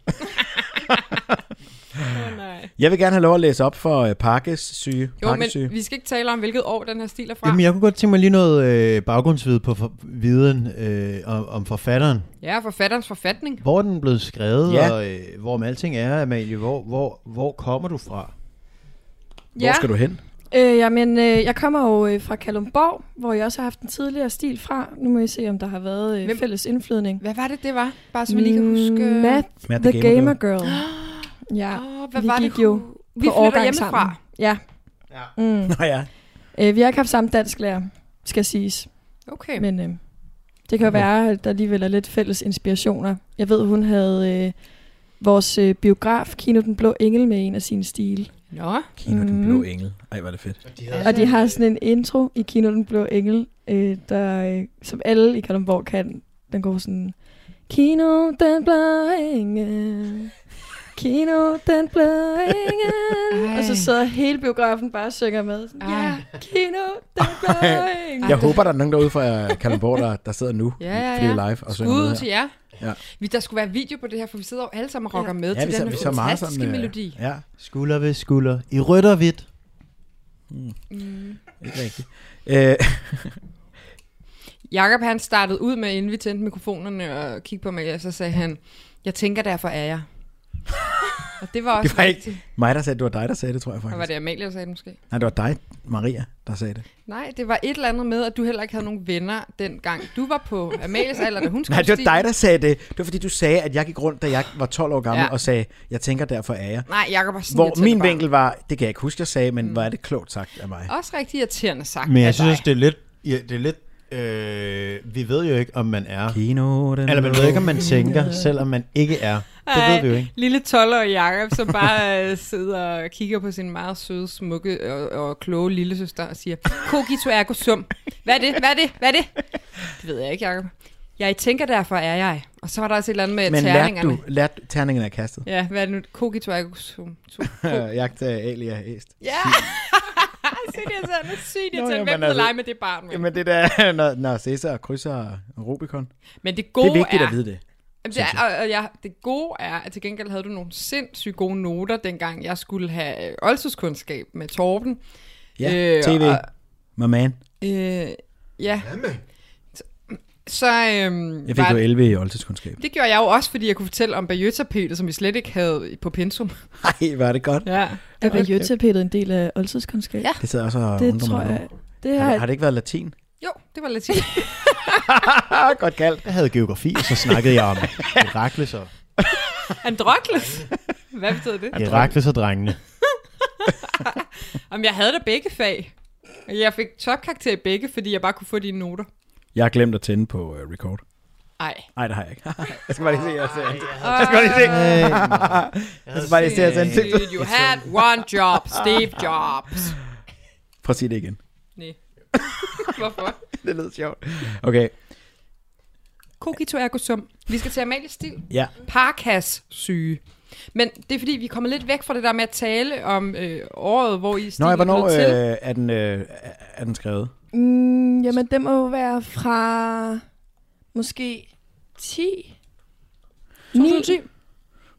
[SPEAKER 7] Oh, nej.
[SPEAKER 6] Jeg vil gerne have lov at læse op for øh, Parkes syge.
[SPEAKER 7] Jo,
[SPEAKER 6] Parkes syge.
[SPEAKER 7] men vi skal ikke tale om, hvilket år den her stil er fra.
[SPEAKER 8] Jamen, jeg kunne godt tænke mig lige noget øh, baggrundsviden på for, viden øh, om, om forfatteren.
[SPEAKER 7] Ja, forfatterens forfatning.
[SPEAKER 8] Hvor er den blevet skrevet,
[SPEAKER 6] Ja.
[SPEAKER 8] ja. og øh, hvor med alting er, Amalie? Hvor, hvor, hvor kommer du fra?
[SPEAKER 6] Hvor skal du hen?
[SPEAKER 9] Øh, jamen, øh, jeg kommer jo øh, fra Kalumborg, hvor jeg også har haft en tidligere stil fra. Nu må I se, om der har været øh,
[SPEAKER 7] Hvem-
[SPEAKER 9] fælles indflydning. Mm,
[SPEAKER 7] Hvad var det, det var? Bare så vi lige kan huske...
[SPEAKER 9] Matt,
[SPEAKER 6] Matt
[SPEAKER 9] the Gamer Girl. *gasps* Ja.
[SPEAKER 7] Åh, hvad
[SPEAKER 9] vi
[SPEAKER 7] var det,
[SPEAKER 9] gik jo
[SPEAKER 7] hun- Vi
[SPEAKER 9] på
[SPEAKER 7] flytter
[SPEAKER 9] årgang
[SPEAKER 7] hjemmefra.
[SPEAKER 9] sammen. Ja.
[SPEAKER 6] Ja.
[SPEAKER 9] Mm.
[SPEAKER 6] *laughs* Nå ja.
[SPEAKER 9] Øh, vi har ikke haft samme dansklærer, skal siges.
[SPEAKER 7] Okay.
[SPEAKER 9] Men øh, det kan jo være, at der alligevel er lidt fælles inspirationer. Jeg ved, hun havde øh, vores øh, biograf, Kino Den Blå Engel, med i en af sine stil.
[SPEAKER 7] Nå.
[SPEAKER 6] Kino den
[SPEAKER 7] Mm.
[SPEAKER 6] blå engel. Ej, hvor er det fedt.
[SPEAKER 9] Og de har sådan en intro i Kino Den Blå Engel, øh, der, øh, som alle i Kalundborg kan. Den går sådan... Kino Den Blå Engel... Kino Den Blå Engel...
[SPEAKER 7] Ej.
[SPEAKER 9] Og så sidder hele biografen bare og synger med. Sådan, ja, Kino Den Blå Engel...
[SPEAKER 6] Jeg håber, der er nogen derude fra øh, Kalundborg, der, der sidder nu,
[SPEAKER 7] Ja, ja,
[SPEAKER 6] fordi
[SPEAKER 7] ja.
[SPEAKER 6] vi er live og synger
[SPEAKER 7] Skud
[SPEAKER 6] med
[SPEAKER 7] ud
[SPEAKER 6] her.
[SPEAKER 7] til jer.
[SPEAKER 6] Ja.
[SPEAKER 7] Vi, der skulle være video på det her, for vi sidder jo alle sammen og rocker med
[SPEAKER 6] Ja,
[SPEAKER 7] til
[SPEAKER 6] vi
[SPEAKER 7] den
[SPEAKER 6] sidder-
[SPEAKER 7] her
[SPEAKER 6] vi sidder meget
[SPEAKER 7] fantastiske
[SPEAKER 6] sådan, øh,
[SPEAKER 7] melodi.
[SPEAKER 6] Ja.
[SPEAKER 8] Skulder ved skulder i rødt og hvidt.
[SPEAKER 6] Ikke rigtigt. Øh, *laughs*
[SPEAKER 7] Jakob han startede ud med, inden vi tændte mikrofonerne og kiggede på mig, og så sagde han, jeg tænker, derfor er jeg. *laughs* og det var også
[SPEAKER 6] det var
[SPEAKER 7] rigtigt.
[SPEAKER 6] ikke mig, der sagde det. Det var dig, der sagde det, tror jeg
[SPEAKER 7] Og
[SPEAKER 6] faktisk.
[SPEAKER 7] var det Amalie, der sagde det måske?
[SPEAKER 6] Nej, det var dig, Maria, der sagde det.
[SPEAKER 7] Nej, det var et eller andet med, at du heller ikke havde nogen venner dengang. Du var på Amalies alder, da
[SPEAKER 6] *laughs*
[SPEAKER 7] hun skulle
[SPEAKER 6] Nej, det var dig, der sagde det. Det var fordi, du sagde, at jeg gik rundt, da jeg var 12 år gammel,
[SPEAKER 7] Ja.
[SPEAKER 6] ja. og sagde, jeg tænker, derfor er jeg.
[SPEAKER 7] Nej, Jacob var sådan
[SPEAKER 6] Hvor
[SPEAKER 7] irriterende
[SPEAKER 6] min
[SPEAKER 7] barn.
[SPEAKER 6] vinkel var, det kan jeg ikke huske, jeg sagde, men mm. hvor er det klogt sagt af mig.
[SPEAKER 7] Også rigtig irriterende sagt
[SPEAKER 8] Men
[SPEAKER 7] af
[SPEAKER 8] jeg synes,
[SPEAKER 7] dig.
[SPEAKER 8] det er lidt... Ja, det er lidt øh, vi ved jo ikke, om man er...
[SPEAKER 6] Kino, den
[SPEAKER 8] Eller man ved ikke, om man tænker, selvom man ikke er. Det ved vi jo ikke.
[SPEAKER 7] Lille 12-årig Jacob, som bare øh, sidder og kigger på sin meget søde, smukke og, og kloge lille søster og siger, Kogito ergo sum. Hvad er det? Hvad er det? Hvad er det? Det ved jeg ikke, Jacob. Jeg tænker, derfor er jeg. Og så var der også et eller andet med
[SPEAKER 6] Men lærte
[SPEAKER 7] terningerne.
[SPEAKER 6] du, lærte terningerne er kastet.
[SPEAKER 7] Ja, hvad er det nu? Kogito ergo sum. To.
[SPEAKER 6] *laughs* Jagt af Alia Æst.
[SPEAKER 7] Ja! *laughs* Sygt irriterende, sygt
[SPEAKER 6] Nå,
[SPEAKER 7] irriterende.
[SPEAKER 6] jamen,
[SPEAKER 7] Hvem vil
[SPEAKER 6] altså-
[SPEAKER 7] lege med det barn? mand?
[SPEAKER 6] Jamen det der, *laughs* når, når Cæsar krydser Rubicon.
[SPEAKER 7] Men det
[SPEAKER 6] det
[SPEAKER 7] gode
[SPEAKER 6] er vigtigt
[SPEAKER 7] er,
[SPEAKER 6] at vide det.
[SPEAKER 7] Jamen, det, er, og, og jeg, det gode er, at til gengæld havde du nogle sindssygt gode noter, dengang jeg skulle have øh, oldtidskundskab med Torben.
[SPEAKER 6] Ja,
[SPEAKER 7] Øh,
[SPEAKER 6] øh, tv.
[SPEAKER 7] og-
[SPEAKER 6] My man.
[SPEAKER 7] Øh, ja. Så- Så øhm,
[SPEAKER 6] Jeg
[SPEAKER 7] var-
[SPEAKER 6] fik jo 11 i oldtidskundskab.
[SPEAKER 7] det gjorde jeg jo også, fordi jeg kunne fortælle om Bayeux-tapetet, som vi slet ikke havde på pensum.
[SPEAKER 6] Nej, var det godt.
[SPEAKER 7] Ja.
[SPEAKER 9] Er Bayeux-tapetet en del af oldtidskundskab?
[SPEAKER 7] Ja.
[SPEAKER 6] Det sidder jeg også og
[SPEAKER 9] Det
[SPEAKER 6] undrer
[SPEAKER 9] tror
[SPEAKER 6] mig.
[SPEAKER 9] jeg...
[SPEAKER 6] over.
[SPEAKER 9] Det
[SPEAKER 6] Har,
[SPEAKER 9] har,
[SPEAKER 6] det- har det ikke været latin?
[SPEAKER 7] Jo, det var latin.
[SPEAKER 6] Ah, godt kaldt.
[SPEAKER 8] Jeg havde geografi, og så snakkede jeg om Herakles *laughs* og,
[SPEAKER 7] Androkles. Hvad betød det?
[SPEAKER 8] Herakles og drengene. *laughs*
[SPEAKER 7] Om jeg havde da begge fag. Jeg fik topkarakter i begge, fordi jeg bare kunne få dine noter.
[SPEAKER 6] Jeg har glemt at tænde på uh, record.
[SPEAKER 7] Ej.
[SPEAKER 6] Nej, det har jeg ikke. *laughs* jeg skal bare lige se, jeg ser.
[SPEAKER 7] Jeg skal lige se.
[SPEAKER 8] Øh,
[SPEAKER 6] Jeg skal bare lige se, jeg ser. altså
[SPEAKER 7] Dude, you had one job, Steve Jobs.
[SPEAKER 6] Prøv at sige det igen.
[SPEAKER 7] Nej. Hvorfor?
[SPEAKER 6] Det lød sjovt. Okay,
[SPEAKER 7] Kogito ergo sum. Vi skal til Amalie Stil.
[SPEAKER 6] ja.
[SPEAKER 7] Parkas syge. Men det er fordi, vi kommer lidt væk fra det der med at tale om øh, året, hvor I
[SPEAKER 6] Nå,
[SPEAKER 7] stilen
[SPEAKER 6] ja, hvornår
[SPEAKER 7] blev til.
[SPEAKER 6] øh, er, den, øh, er den skrevet?
[SPEAKER 9] Mm, jamen, det må jo være fra måske 10?
[SPEAKER 7] 2010.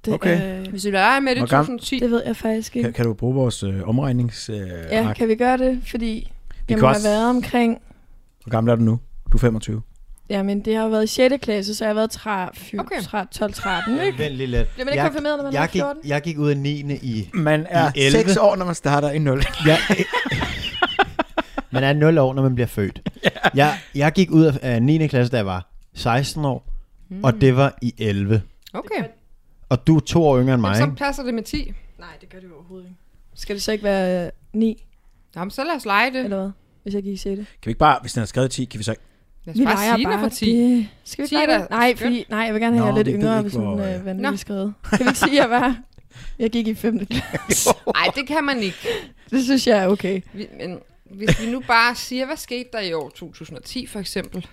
[SPEAKER 9] Det,
[SPEAKER 6] Okay.
[SPEAKER 9] Øh,
[SPEAKER 7] Hvis du er med det
[SPEAKER 6] Hvor gammel-
[SPEAKER 7] 2010.
[SPEAKER 9] det ved jeg faktisk ikke.
[SPEAKER 6] Kan, kan du bruge vores øh, omregnings... Øh,
[SPEAKER 9] Ja,
[SPEAKER 6] ark?
[SPEAKER 9] kan vi gøre det? Fordi
[SPEAKER 6] Vi
[SPEAKER 9] jeg
[SPEAKER 6] kan
[SPEAKER 9] må
[SPEAKER 6] også-
[SPEAKER 9] have været omkring...
[SPEAKER 6] Hvor gammel er du nu? Du er 25.
[SPEAKER 9] Jamen, det har jo været i 6. klasse, så jeg har været 3, 4,
[SPEAKER 7] Okay.
[SPEAKER 9] okay. 3, 12, 13, ikke?
[SPEAKER 8] Vent lige lidt.
[SPEAKER 9] Bliver man ikke konfirmeret, når man er
[SPEAKER 8] jeg, gik,
[SPEAKER 9] 14?
[SPEAKER 8] jeg gik ud af 9. i...
[SPEAKER 6] Man er
[SPEAKER 8] I 11.
[SPEAKER 6] 6 år, når man starter i 0.
[SPEAKER 8] Jeg, *laughs* man er 0 år, når man bliver født. Jeg, jeg gik ud af- af 9. klasse, da jeg var 16 år, og
[SPEAKER 9] Hmm.
[SPEAKER 8] det var i 11.
[SPEAKER 7] Okay.
[SPEAKER 8] Og du er to år yngre end mig,
[SPEAKER 7] Jamen, så
[SPEAKER 8] ikke?
[SPEAKER 7] passer det med 10.
[SPEAKER 9] Nej, det gør det overhovedet ikke. Skal det så ikke være 9,
[SPEAKER 7] Jamen, så lad os lege det.
[SPEAKER 9] eller hvad? Hvis jeg gik i 6.
[SPEAKER 6] Kan vi ikke bare, hvis den er skrevet 10, kan vi så ikke...
[SPEAKER 7] Lad
[SPEAKER 9] Altså,
[SPEAKER 7] os bare sige det for 10.
[SPEAKER 9] Det. Skal vi ikke
[SPEAKER 7] Ti er
[SPEAKER 9] lege det?
[SPEAKER 7] da
[SPEAKER 9] Nej,
[SPEAKER 7] skønt.
[SPEAKER 9] fordi, nej, jeg vil gerne have,
[SPEAKER 6] Nå,
[SPEAKER 9] at jeg er lidt
[SPEAKER 6] vi ved
[SPEAKER 9] yngre,
[SPEAKER 6] ikke,
[SPEAKER 9] hvis
[SPEAKER 6] hvor,
[SPEAKER 9] hun
[SPEAKER 6] øh,
[SPEAKER 9] øh,
[SPEAKER 7] Nå.
[SPEAKER 9] vandt skrevet. Kan vi ikke sige, at jeg var... Jeg gik i
[SPEAKER 6] *laughs*
[SPEAKER 9] 5. klasse.
[SPEAKER 7] Nej, det kan man ikke.
[SPEAKER 9] det synes jeg er okay.
[SPEAKER 7] Vi, men hvis vi nu bare siger, hvad skete der i år 2010 for eksempel? Kan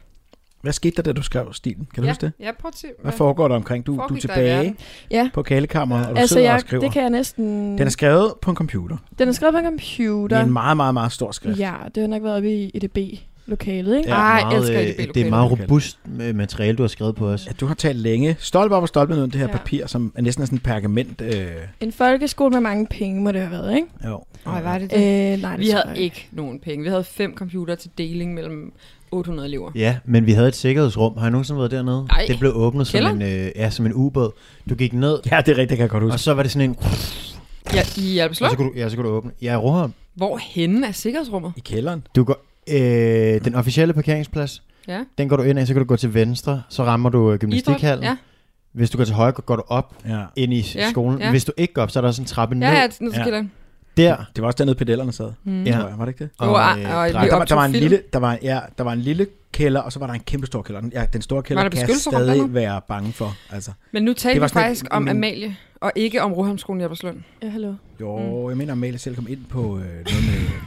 [SPEAKER 6] Hvad skete der, da du skrev stilen? Kan du
[SPEAKER 7] ja,
[SPEAKER 6] huske det?
[SPEAKER 7] Ja, prøv at se.
[SPEAKER 6] Hvad foregår der omkring? Du, du er
[SPEAKER 7] foregik der i
[SPEAKER 6] tilbage
[SPEAKER 7] verden?
[SPEAKER 9] Ja.
[SPEAKER 6] på kalekammeret, og du
[SPEAKER 9] Altså,
[SPEAKER 6] sidder og
[SPEAKER 9] jeg,
[SPEAKER 6] skriver.
[SPEAKER 9] det kan jeg næsten...
[SPEAKER 6] Den er skrevet på en computer.
[SPEAKER 9] den er skrevet på en
[SPEAKER 6] Det
[SPEAKER 9] computer.
[SPEAKER 6] er en meget, meget, meget stor skrift.
[SPEAKER 9] Ja, det har nok været oppe i EDB-lokalet, ikke?
[SPEAKER 6] Ja,
[SPEAKER 7] Ej,
[SPEAKER 8] Meget,
[SPEAKER 7] elsker
[SPEAKER 8] øh,
[SPEAKER 7] I det
[SPEAKER 8] det er meget robust øh, materiale, du har skrevet på os.
[SPEAKER 6] Ja, du har talt længe. Stolpe op og stolpe ned om det her
[SPEAKER 9] Ja.
[SPEAKER 6] ja. papir, som er næsten er sådan et pergament. Øh,
[SPEAKER 9] En folkeskole med mange penge, må det have været, ikke?
[SPEAKER 6] jo.
[SPEAKER 7] Nej, var det det?
[SPEAKER 9] Øh, nej, det
[SPEAKER 7] Vi
[SPEAKER 9] tror
[SPEAKER 7] havde
[SPEAKER 9] jeg
[SPEAKER 7] ikke nogen penge. Vi havde fem computere til deling mellem 800 elever.
[SPEAKER 8] Ja, men vi havde et sikkerhedsrum. Har I nogensinde været dernede?
[SPEAKER 7] Nej.
[SPEAKER 8] Det blev åbnet som
[SPEAKER 7] Kælderen?
[SPEAKER 8] en, øh, ja, som en ubåd. Du gik ned,
[SPEAKER 6] Ja, det er rigtigt, det kan jeg godt
[SPEAKER 8] og
[SPEAKER 6] huske.
[SPEAKER 8] så var det sådan en...
[SPEAKER 7] Ja, i
[SPEAKER 8] Og så
[SPEAKER 7] Albertslund?
[SPEAKER 8] kunne du, ja, så kunne du åbne. Ja, Roholm.
[SPEAKER 6] Altså-
[SPEAKER 7] Hvor henne er sikkerhedsrummet?
[SPEAKER 6] I kælderen.
[SPEAKER 8] Du går, øh, den officielle parkeringsplads,
[SPEAKER 7] Ja.
[SPEAKER 8] den går du ind af, så kan du gå til venstre, så rammer du øh,
[SPEAKER 7] Idræt?
[SPEAKER 8] gymnastikhallen.
[SPEAKER 7] Ja.
[SPEAKER 8] Hvis du går til højre, går- går du op
[SPEAKER 6] ja.
[SPEAKER 8] ind i
[SPEAKER 7] Ja,
[SPEAKER 8] ja, skolen.
[SPEAKER 7] ja.
[SPEAKER 8] Ja. Hvis du ikke går op, så er der sådan en trappe ned.
[SPEAKER 7] Ja, ja, ned til
[SPEAKER 8] ja.
[SPEAKER 7] kælderen.
[SPEAKER 8] Der.
[SPEAKER 6] Det var også dernede, pedellerne sad.
[SPEAKER 7] Mm.
[SPEAKER 8] Ja.
[SPEAKER 6] Tror jeg, var det ikke det?
[SPEAKER 7] Jo, og- og vi
[SPEAKER 8] drak-
[SPEAKER 6] Der var, der, var en
[SPEAKER 7] Optog film.
[SPEAKER 6] lille, der, var, ja, der var en lille kælder, og så var der en kæmpe stor kælder. Den- Ja, den store kælder
[SPEAKER 7] Var der
[SPEAKER 6] kan jeg
[SPEAKER 7] beskyttelsesrum dernede?
[SPEAKER 6] stadig være bange for. Altså.
[SPEAKER 7] Men nu
[SPEAKER 6] Det
[SPEAKER 7] taler
[SPEAKER 6] var
[SPEAKER 7] vi
[SPEAKER 6] sådan et-
[SPEAKER 7] faktisk om
[SPEAKER 6] men-
[SPEAKER 7] Amalie, og ikke om Rohamskolen i Albertslund.
[SPEAKER 9] Ja, hallo.
[SPEAKER 6] Jo, jeg mener, Amalie selv kom ind på øh, noget med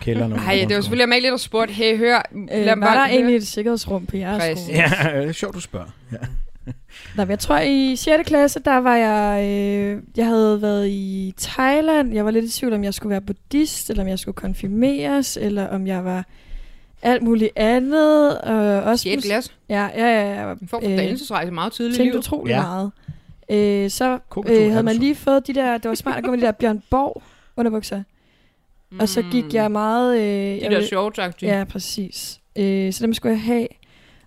[SPEAKER 6] kælderen. og-
[SPEAKER 7] Nej, Mm. det var selvfølgelig Amalie, der spurgte, hey, hør,
[SPEAKER 9] Øh,
[SPEAKER 7] lad
[SPEAKER 9] var
[SPEAKER 7] mig
[SPEAKER 9] der egentlig et sikkerhedsrum på jeres
[SPEAKER 7] Præcis.
[SPEAKER 9] skole?
[SPEAKER 6] Ja, *laughs* det er sjovt, du spørger. Ja.
[SPEAKER 9] Nej, men jeg tror, i 6. klasse, der var jeg... Øh, jeg havde været i Thailand. Jeg var lidt i tvivl, om jeg skulle være buddhist, eller om jeg skulle konfirmeres, eller om jeg var alt muligt andet. Og også
[SPEAKER 7] Sjette
[SPEAKER 9] mus-
[SPEAKER 7] klasse.
[SPEAKER 9] Ja, ja, ja. Jeg var,
[SPEAKER 7] En form for dannelsesrejse meget tidligt i
[SPEAKER 9] Øh, tænkte
[SPEAKER 7] livet.
[SPEAKER 9] utrolig
[SPEAKER 6] Ja.
[SPEAKER 9] ja. meget. Øh, så
[SPEAKER 6] Kokos,
[SPEAKER 9] øh,
[SPEAKER 6] er
[SPEAKER 9] havde
[SPEAKER 6] du
[SPEAKER 9] man
[SPEAKER 6] så?
[SPEAKER 9] lige fået de der... Det var smart at gå med de der Bjørn Borg underbukser. Mm. Og så gik jeg meget... Øh,
[SPEAKER 7] De
[SPEAKER 9] jeg
[SPEAKER 7] der
[SPEAKER 9] vil-
[SPEAKER 7] sjove dragt,
[SPEAKER 9] Ja, præcis. Øh, så dem skulle jeg have.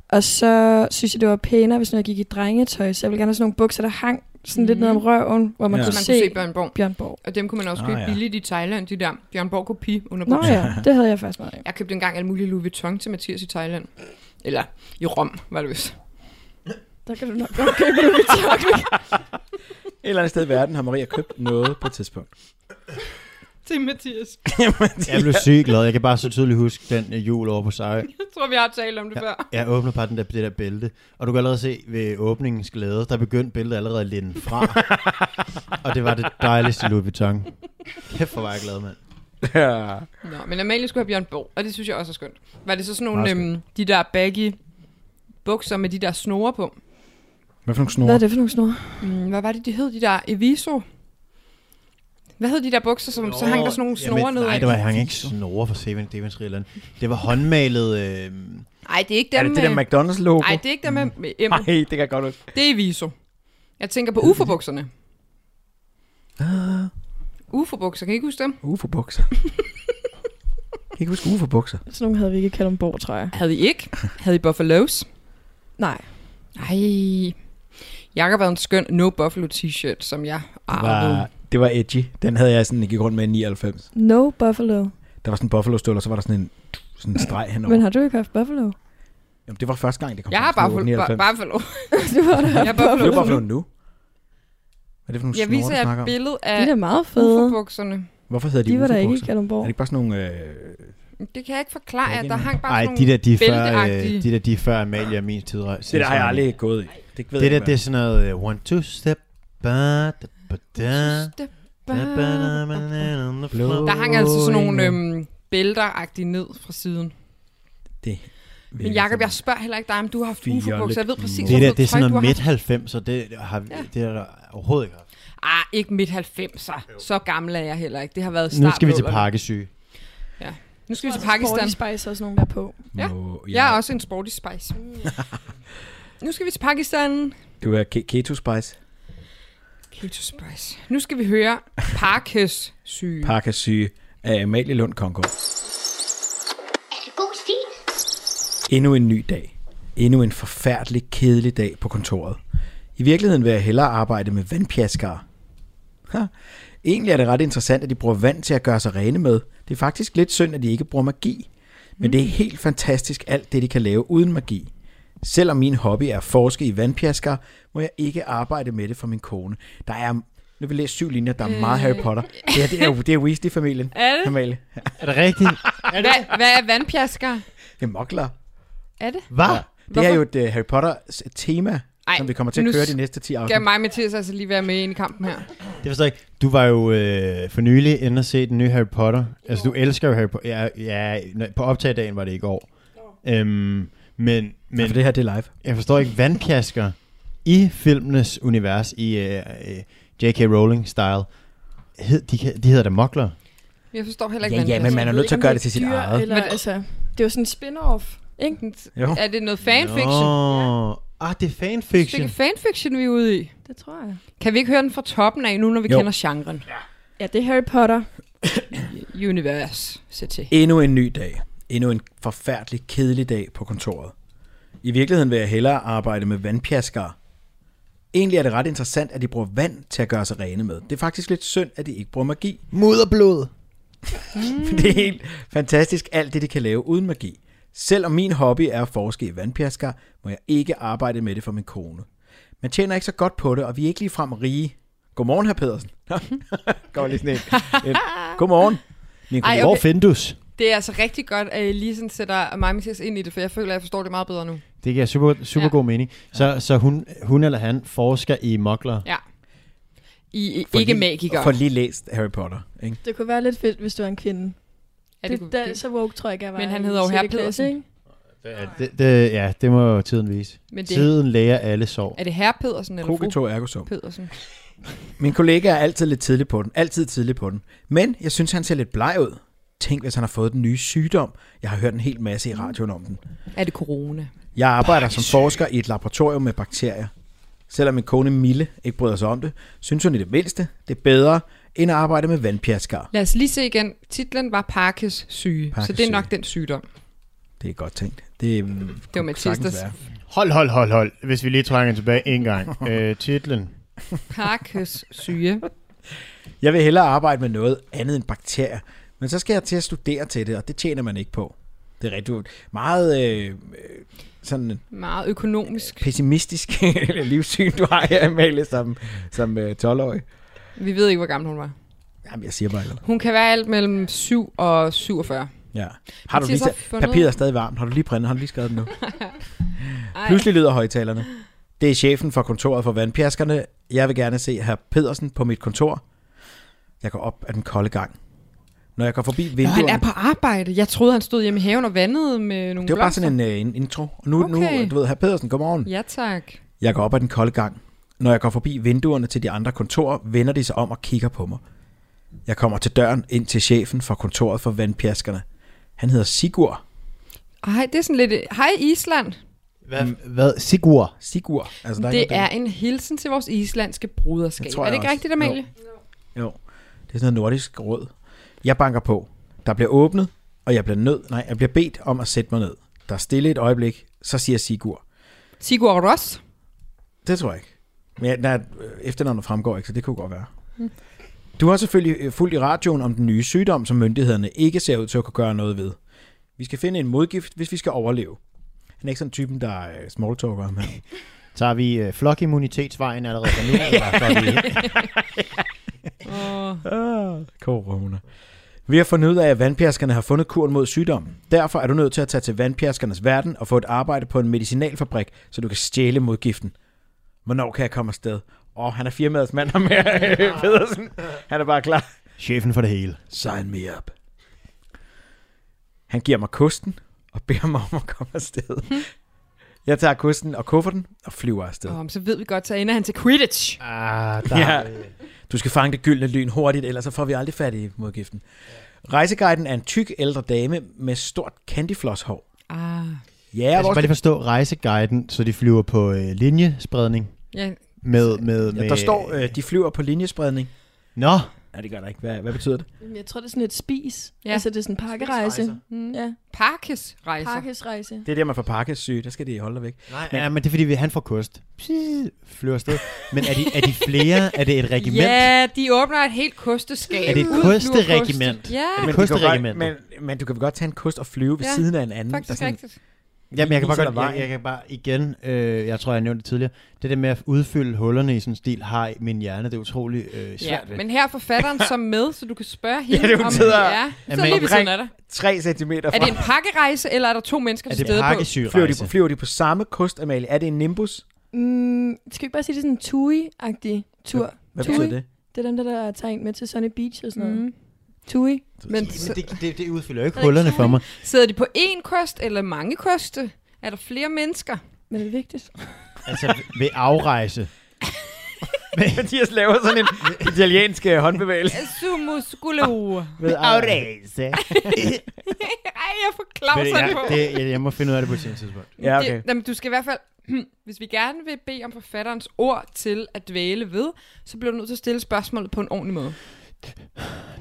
[SPEAKER 9] Og så synes jeg, det var pænere, hvis nu jeg gik i drengetøj. Så jeg ville gerne have sådan nogle bukser, der hang sådan mm. lidt
[SPEAKER 7] Mhm.
[SPEAKER 9] ned om røven, hvor man,
[SPEAKER 6] Ja.
[SPEAKER 9] ja. kunne,
[SPEAKER 7] Så man
[SPEAKER 9] se
[SPEAKER 7] kunne se Bjørn Borg.
[SPEAKER 9] Bjørn Borg.
[SPEAKER 7] Og dem kunne man også
[SPEAKER 6] Ah,
[SPEAKER 7] købe
[SPEAKER 6] ja.
[SPEAKER 7] billigt i Thailand, de der Bjørn Borg kopi under
[SPEAKER 9] Nå ja, *laughs* det havde jeg faktisk meget af.
[SPEAKER 7] Jeg købte engang alle mulige Louis Vuitton til Mathias i Thailand. Eller i Rom, var det vist.
[SPEAKER 9] Der kan du nok godt købe det *laughs* med chokolade.
[SPEAKER 6] Et eller andet sted i verden har Maria købt noget på et tidspunkt.
[SPEAKER 7] *laughs* Til Mathias.
[SPEAKER 8] Jeg blev syg glad. Jeg kan bare så tydeligt huske den øh, jul over på Sejø.
[SPEAKER 7] Jeg tror, vi har talt om det ja. før.
[SPEAKER 8] Jeg åbner bare den der, det der bælte, og du kan allerede se ved åbningens glæde, der begyndte bæltet allerede at linde
[SPEAKER 6] *laughs*
[SPEAKER 8] fra. og det var det dejligste Louis Vuitton. Kæft, hvor var jeg glad, mand.
[SPEAKER 6] Ja.
[SPEAKER 7] Nå, men Amalie skulle have Bjørn Borg, og det synes jeg også er skønt. Var det så sådan
[SPEAKER 6] Meget
[SPEAKER 7] nogle, øhm, de der baggy bukser med de der snore på?
[SPEAKER 6] Hvad for nogle
[SPEAKER 9] Hvad er
[SPEAKER 6] snore?
[SPEAKER 9] det for nogle snore?
[SPEAKER 7] Mm, hvad var det, de hed, de der Eviso? Hvad hed de der bukser, som så hang der sådan nogle snore ned?
[SPEAKER 8] Nej, det var hang ikke snore for Seven Devens Rilland. Det var håndmalet... Øh,
[SPEAKER 7] Nej, det er ikke dem
[SPEAKER 6] Er det det der Ah.
[SPEAKER 7] med...
[SPEAKER 6] McDonald's-logo?
[SPEAKER 7] Nej, det er ikke dem med, med M.
[SPEAKER 6] Nej, det kan jeg godt huske.
[SPEAKER 7] Det er Eviso. Jeg tænker på UFO-bukserne. Ah. UFO-bukser, kan I ikke huske dem? *laughs*
[SPEAKER 6] UFO-bukser. Jeg kan ikke huske UFO-bukser.
[SPEAKER 9] Sådan nogle havde vi ikke i Kalundborg, tror jeg.
[SPEAKER 7] Havde I ikke? Havde I Buffalo's?
[SPEAKER 9] Nej.
[SPEAKER 7] Ej. Jakob havde en skøn No Buffalo t-shirt, som jeg
[SPEAKER 6] Det var,
[SPEAKER 7] arvede.
[SPEAKER 6] det var edgy. Den havde jeg sådan, jeg gik rundt med i 99.
[SPEAKER 9] No buffalo.
[SPEAKER 6] Der var sådan en buffalo-støl, og så var der sådan en, sådan en streg henover.
[SPEAKER 9] Men har du ikke haft *laughs* buffalo?
[SPEAKER 6] Jamen, det var første gang, det kom
[SPEAKER 7] Jeg har
[SPEAKER 6] frem
[SPEAKER 7] bare
[SPEAKER 6] til
[SPEAKER 7] fået bare,
[SPEAKER 6] 99.
[SPEAKER 7] bare forlov.
[SPEAKER 9] du har da haft
[SPEAKER 7] Jeg er
[SPEAKER 9] buffalo.
[SPEAKER 6] Det var
[SPEAKER 7] Buffalo.
[SPEAKER 6] Buffalo nu. Hvad er det for nogle
[SPEAKER 7] Jeg
[SPEAKER 6] snore,
[SPEAKER 7] viser
[SPEAKER 6] du
[SPEAKER 7] jer
[SPEAKER 6] snakker
[SPEAKER 7] et
[SPEAKER 6] om?
[SPEAKER 7] billede
[SPEAKER 9] De er
[SPEAKER 7] af
[SPEAKER 9] da meget fede.
[SPEAKER 7] UFO-bukserne.
[SPEAKER 6] Hvorfor hedder de,
[SPEAKER 9] De var da ikke i
[SPEAKER 6] UFO-bukser? Er
[SPEAKER 9] Kalundborg.
[SPEAKER 6] det ikke bare sådan nogle... Øh...
[SPEAKER 7] Det kan jeg ikke forklare,
[SPEAKER 6] Jeg
[SPEAKER 7] at
[SPEAKER 6] kan
[SPEAKER 7] der
[SPEAKER 6] ikke-
[SPEAKER 7] hang bare
[SPEAKER 8] ej,
[SPEAKER 7] sådan
[SPEAKER 8] de
[SPEAKER 7] nogle...
[SPEAKER 8] der, de er før,
[SPEAKER 7] bælteagtige.
[SPEAKER 8] øh, de der, de er før Amalie og min tid. Det
[SPEAKER 6] Det der har jeg aldrig gået i. Det ved
[SPEAKER 8] Det
[SPEAKER 6] jeg
[SPEAKER 8] der, det er sådan noget... øh, One, two, step, ba, da, ba, da, da, ba, da, ba, da, on the floor.
[SPEAKER 7] Der hang altså sådan nogle øhm, bælter ned fra siden. Men Jakob, jeg spørger heller ikke dig, om du har haft
[SPEAKER 6] Fire
[SPEAKER 7] UFO-bukser. Jeg ved
[SPEAKER 6] lidt
[SPEAKER 7] præcis,
[SPEAKER 8] Det der,
[SPEAKER 7] hvilket
[SPEAKER 8] det er
[SPEAKER 7] tøj,
[SPEAKER 8] sådan
[SPEAKER 7] du
[SPEAKER 8] noget
[SPEAKER 7] har haft.
[SPEAKER 8] midt-90, og det har vi, det er der overhovedet ikke haft.
[SPEAKER 7] Ah, ikke midt 90'er. Så gammel er jeg heller ikke. Det har været start
[SPEAKER 8] Nu skal vi til
[SPEAKER 7] nullerne.
[SPEAKER 8] pakkesyge.
[SPEAKER 7] Nu skal vi til Pakistan.
[SPEAKER 9] Sporty Spice og sådan nogle der på.
[SPEAKER 7] Ja.
[SPEAKER 6] Må, ja.
[SPEAKER 7] Jeg er også en sporty spice. nu skal vi til Pakistan.
[SPEAKER 6] Du er ke- keto spice.
[SPEAKER 7] Keto spice. Nu skal vi høre Parkes syge.
[SPEAKER 6] Parker syge af Amalie Lund Kongo.
[SPEAKER 11] God stil.
[SPEAKER 6] Endnu en ny dag. Endnu en forfærdelig, kedelig dag på kontoret. I virkeligheden vil jeg hellere arbejde med vandpjaskere. Ha. Egentlig er det ret interessant, at de bruger vand til at gøre sig rene med. Det er faktisk lidt synd, at de ikke bruger magi. Men
[SPEAKER 7] Mm.
[SPEAKER 6] det er helt fantastisk alt det, de kan lave uden magi. Selvom min hobby er at forske i vandpjaskere, må jeg ikke arbejde med det for min kone. Der er... Nu vil jeg læse syv linjer, der er meget
[SPEAKER 7] Øh.
[SPEAKER 6] Harry Potter. Ja, det er jo det er Weasley-familien.
[SPEAKER 7] Er det?
[SPEAKER 6] Amalie.
[SPEAKER 8] Er det rigtigt?
[SPEAKER 7] Hva, hvad er vandpjasker?
[SPEAKER 6] Det er mokler.
[SPEAKER 7] Er det?
[SPEAKER 8] Hvad?
[SPEAKER 6] Det er jo et uh, Harry Potter tema,
[SPEAKER 7] Ej,
[SPEAKER 6] Ej, som vi kommer til
[SPEAKER 7] nu
[SPEAKER 6] at køre
[SPEAKER 7] s-
[SPEAKER 6] de næste 10 afsnit.
[SPEAKER 7] Skal mig og Mathias altså lige være med ind i kampen her?
[SPEAKER 8] Det forstår jeg ikke. Du var jo øh, for nylig inde og se den nye Harry Potter. Altså, du elsker jo Harry Potter. Ja, ja nø- på optagedagen var det i går. Øhm, men
[SPEAKER 6] Men
[SPEAKER 8] men
[SPEAKER 6] for det her, det er live.
[SPEAKER 8] jeg forstår ikke, vandpjasker i filmenes univers, i øh, øh, J.K. Rowling-style, hed, de, kan- de hedder da mokler.
[SPEAKER 7] Jeg forstår heller ikke
[SPEAKER 6] Ja, ja, men man er nødt til at gøre det til sit eget.
[SPEAKER 9] Eller,
[SPEAKER 7] Men-
[SPEAKER 9] altså, det er jo sådan en spin-off. Ikke?
[SPEAKER 6] Jo.
[SPEAKER 7] Er det noget fanfiction?
[SPEAKER 8] Nå. Ah, det er
[SPEAKER 7] Det
[SPEAKER 8] fanfiction.
[SPEAKER 7] er fanfiction, vi er ude i.
[SPEAKER 9] Det tror jeg.
[SPEAKER 7] Kan vi ikke høre den fra toppen af nu, når vi
[SPEAKER 6] Jo.
[SPEAKER 7] kender genren?
[SPEAKER 9] Ja, det er Harry Potter.
[SPEAKER 7] Univers, se til.
[SPEAKER 6] Endnu en ny dag. Endnu en forfærdelig, kedelig dag på kontoret. I virkeligheden vil jeg hellere arbejde med vandpjaskere. Egentlig er det ret interessant, at de bruger vand til at gøre sig rene med. Det er faktisk lidt synd, at de ikke bruger magi.
[SPEAKER 8] Mudderblod.
[SPEAKER 6] *laughs*
[SPEAKER 7] Hmm.
[SPEAKER 6] Det er helt fantastisk, alt det, de kan lave uden magi. Selvom min hobby er at forske i vandpjasker, må jeg ikke arbejde med det for min kone. Man tjener ikke så godt på det, og vi er ikke ligefrem rige. Godmorgen, herr *laughs* Pedersen. Går lige sådan en. en.
[SPEAKER 7] Ah!
[SPEAKER 6] Godmorgen. Min
[SPEAKER 7] Ej,
[SPEAKER 6] Ej,
[SPEAKER 7] okay.
[SPEAKER 6] Hvor findus?
[SPEAKER 7] Det er altså rigtig godt, at I lige sådan sætter mig ind i det, for jeg føler, at jeg forstår det meget bedre nu.
[SPEAKER 8] Det giver super, super ja. god mening. Så, så hun, hun eller han forsker i mokler.
[SPEAKER 7] Ja. I, I ikke magikere.
[SPEAKER 6] For lige læst Harry Potter. Ikke?
[SPEAKER 9] Det kunne være lidt fedt, hvis du er en kvinde.
[SPEAKER 7] Ja,
[SPEAKER 9] det, det, der, så woke tror jeg ikke, jeg var
[SPEAKER 7] Men han
[SPEAKER 9] i
[SPEAKER 7] hedder jo
[SPEAKER 9] sjette
[SPEAKER 7] Herr
[SPEAKER 9] klasse,
[SPEAKER 7] Pedersen.
[SPEAKER 9] ikke?
[SPEAKER 8] Det, det, ja, det må jo tiden vise.
[SPEAKER 7] Men
[SPEAKER 8] Men
[SPEAKER 7] det-
[SPEAKER 8] det... Tiden læger alle sår.
[SPEAKER 7] Er det herre Pedersen eller
[SPEAKER 6] Cogito ergo sum.
[SPEAKER 7] Pedersen?
[SPEAKER 6] Min kollega er altid lidt tidlig på den. Altid tidlig på den. Men jeg synes, han ser lidt bleg ud. Tænk, hvis han har fået den nye sygdom. Jeg har hørt en hel masse i
[SPEAKER 7] Mm.
[SPEAKER 6] radioen om den.
[SPEAKER 7] Er det corona?
[SPEAKER 6] Jeg arbejder som forsker i et laboratorium med bakterier. Selvom min kone Mille ikke bryder sig om det, synes hun i det mindste, det er bedre end at arbejde med vandpjaskar.
[SPEAKER 7] Lad os lige se igen. Titlen var Parkes syge, så
[SPEAKER 6] Parkes
[SPEAKER 7] det er
[SPEAKER 6] syge.
[SPEAKER 7] nok den sygdom.
[SPEAKER 6] Det er godt tænkt. Det, mm,
[SPEAKER 7] Det var
[SPEAKER 6] kunne sagtens
[SPEAKER 7] Mathildes.
[SPEAKER 6] være.
[SPEAKER 8] Hold, hold, hold, hold. Hvis vi lige trænger tilbage en *laughs* gang. øh, titlen.
[SPEAKER 7] Parkes syge.
[SPEAKER 6] Jeg vil hellere arbejde med noget andet end bakterier, men så skal jeg til at studere til det, og det tjener man ikke på. Det er rigtig ondt. meget øh, øh, sådan
[SPEAKER 7] Meget økonomisk.
[SPEAKER 6] pessimistisk *laughs* livssyn, du har her, Amalie, som, som øh, 12-årig.
[SPEAKER 7] Vi ved ikke, hvor gammel hun var.
[SPEAKER 6] Jamen, jeg siger bare ikke noget.
[SPEAKER 7] Hun kan være alt mellem 7 og 47.
[SPEAKER 6] Ja. Har du
[SPEAKER 7] Mathias
[SPEAKER 6] lige,
[SPEAKER 7] har
[SPEAKER 6] sa-
[SPEAKER 7] fundet-
[SPEAKER 6] papiret er stadig varmt. Har du lige printet? Har du lige skrevet den nu?
[SPEAKER 7] Ej.
[SPEAKER 6] Pludselig lyder højtalerne. Det er chefen fra kontoret for vandpjaskerne. Jeg vil gerne se herr Pedersen på mit kontor. Jeg går op ad den kolde gang. Når jeg går forbi
[SPEAKER 7] Nå,
[SPEAKER 6] vinduerne...
[SPEAKER 7] han er på arbejde. Jeg troede, han stod hjemme i haven og vandede med nogle
[SPEAKER 6] det var bare
[SPEAKER 7] blomster.
[SPEAKER 6] sådan en, øh, en intro. Og nu, okay.
[SPEAKER 7] Okay.
[SPEAKER 6] nu, du ved, herr Pedersen, godmorgen.
[SPEAKER 7] Ja, tak.
[SPEAKER 6] Jeg går op ad den kolde gang. Når jeg går forbi vinduerne til de andre kontorer, vender de sig om og kigger på mig. Jeg kommer til døren ind til chefen fra kontoret for vandpjaskerne. Han hedder Sigur.
[SPEAKER 7] Ej, det er sådan lidt... Hej Island.
[SPEAKER 8] Hvad? Hvad? Sigur.
[SPEAKER 6] Sigur. Altså,
[SPEAKER 7] Det
[SPEAKER 6] noget
[SPEAKER 7] er en hilsen til vores islandske bruderskab.
[SPEAKER 6] Det
[SPEAKER 7] Tror
[SPEAKER 6] tror
[SPEAKER 7] er det
[SPEAKER 6] jeg
[SPEAKER 7] ikke
[SPEAKER 6] også.
[SPEAKER 7] rigtigt, Amalie?
[SPEAKER 6] Jo, det er sådan noget nordisk råd. Jeg banker på. Der bliver åbnet, og jeg bliver nødt, nej, jeg bliver bedt om at sætte mig ned. Der er stille et øjeblik, så siger Sigur.
[SPEAKER 7] Sigur Ros.
[SPEAKER 6] Det tror jeg ikke. Men jeg- nej, efternavnet fremgår ikke, så det kunne godt være. Du har selvfølgelig øh, fulgt i radioen om den nye sygdom, som myndighederne ikke ser ud til at kunne gøre noget ved. Vi skal finde en modgift, hvis vi skal overleve. Han er ikke sådan typen, der er øh, smalltalker. Men...
[SPEAKER 8] Tager vi øh, flokimmunitetsvejen allerede *laughs* fra nu? eller går vi
[SPEAKER 7] Åh,
[SPEAKER 6] Corona. Vi har fundet ud af, at vandpjaskerne har fundet kuren mod sygdommen. Derfor er du nødt til at tage til vandpjaskernes verden og få et arbejde på en medicinalfabrik, så du kan stjæle modgiften. Hvornår kan jeg komme afsted? Åh, oh, han er firmaets mand ham her, Pedersen. Han er bare klar.
[SPEAKER 8] Chefen for det hele.
[SPEAKER 6] Sign me up. Han giver mig kosten og beder mig om at komme afsted. Jeg tager kosten og kufferten og flyver afsted.
[SPEAKER 7] oh, så ved vi godt, så ender han til Quidditch.
[SPEAKER 8] Ah, der,
[SPEAKER 6] Ja.
[SPEAKER 8] ja.
[SPEAKER 6] Du skal fange det gyldne lyn hurtigt, ellers så får vi aldrig fat i modgiften. Rejseguiden er en tyk ældre dame med stort candyflosshår.
[SPEAKER 7] Ah,
[SPEAKER 6] Ja,
[SPEAKER 8] Jeg skal
[SPEAKER 6] vores...
[SPEAKER 8] bare lige forstå rejseguiden, så de flyver på øh, linjespredning.
[SPEAKER 7] ja.
[SPEAKER 8] Med, med, med,
[SPEAKER 6] ja, der står, øh, de flyver på linjespredning.
[SPEAKER 8] Nå,
[SPEAKER 6] Nej, det gør der ikke. Hvad, hvad betyder det?
[SPEAKER 9] Jamen, Jeg tror, det er sådan et spis.
[SPEAKER 7] Ja.
[SPEAKER 9] Ja. Altså, det er sådan en pakkerejse.
[SPEAKER 7] Mm.
[SPEAKER 9] Ja,
[SPEAKER 7] Parkes rejser.
[SPEAKER 9] pakkesrejse.
[SPEAKER 6] Det er der, man får pakkesyge. Der skal de holde dig væk.
[SPEAKER 8] nej, men, ja, men det er fordi, vi- han får kost. Psst, Flyver afsted. Men er de, er de flere? Er det et regiment?
[SPEAKER 7] Ja, de åbner et helt kosteskab.
[SPEAKER 8] Er det et
[SPEAKER 7] Ud nu
[SPEAKER 8] kosteregiment?
[SPEAKER 7] koste. Ja,
[SPEAKER 8] Er det-
[SPEAKER 6] Men, du kan godt, men,
[SPEAKER 8] Kosteregimentet.
[SPEAKER 6] men du kan vel godt tage en kost og flyve ved
[SPEAKER 7] Ja,
[SPEAKER 6] ja, siden af en anden.
[SPEAKER 7] faktisk
[SPEAKER 6] sådan,
[SPEAKER 7] rigtigt.
[SPEAKER 8] Jamen, jeg kan
[SPEAKER 6] viser
[SPEAKER 8] bare
[SPEAKER 6] dig
[SPEAKER 8] godt, jeg,
[SPEAKER 6] vejen.
[SPEAKER 8] jeg kan bare igen, øh, jeg tror, jeg nævnte det tidligere, det der med at udfylde hullerne i sådan en stil, har i min hjerne, det er utrolig øh,
[SPEAKER 7] Ja,
[SPEAKER 8] svært. Ja,
[SPEAKER 7] men her er forfatteren så med, så du kan spørge hende,
[SPEAKER 6] det er, hun
[SPEAKER 7] om
[SPEAKER 6] sidder-
[SPEAKER 7] det er. Så lige ved siden af dig.
[SPEAKER 6] Tre centimeter fra.
[SPEAKER 7] Er det en pakkerejse, eller er der to mennesker
[SPEAKER 8] er det
[SPEAKER 7] til stede på?
[SPEAKER 6] flyver, de
[SPEAKER 8] pakkesyrejse?
[SPEAKER 6] på, flyver de på samme kost, Amalie? Er det en nimbus?
[SPEAKER 9] Mm, skal vi ikke bare sige, det er sådan en tui-agtig tur?
[SPEAKER 6] Hvad
[SPEAKER 9] Tui.
[SPEAKER 6] betyder det?
[SPEAKER 9] Det er den der, der er tegnet med til Sunny Beach og sådan noget.
[SPEAKER 7] Mm.
[SPEAKER 9] Tui.
[SPEAKER 7] Men
[SPEAKER 8] Men
[SPEAKER 7] så,
[SPEAKER 8] det, det, det udfylder jo ikke
[SPEAKER 9] Er det
[SPEAKER 8] hullerne
[SPEAKER 9] ikke
[SPEAKER 8] for mig.
[SPEAKER 7] sidder de på én kost, eller mange koste? Er der flere mennesker?
[SPEAKER 9] Men det er vigtigt.
[SPEAKER 8] Altså, ved
[SPEAKER 7] *laughs*
[SPEAKER 8] afrejse.
[SPEAKER 6] Mathias laver sådan *laughs* en italiensk øh, håndbevægelse.
[SPEAKER 7] Su musculo.
[SPEAKER 6] Ved
[SPEAKER 8] afrejse.
[SPEAKER 7] *laughs* Ej, jeg får klausen på.
[SPEAKER 8] jeg, det, jeg, jeg må finde ud af det på et senere tidspunkt.
[SPEAKER 6] Ja, okay.
[SPEAKER 7] Det, jamen, du skal i hvert fald... *clears throat* Hvis vi gerne vil bede om forfatterens ord til at dvæle ved, så bliver du nødt til at stille spørgsmålet på en ordentlig måde.
[SPEAKER 8] Det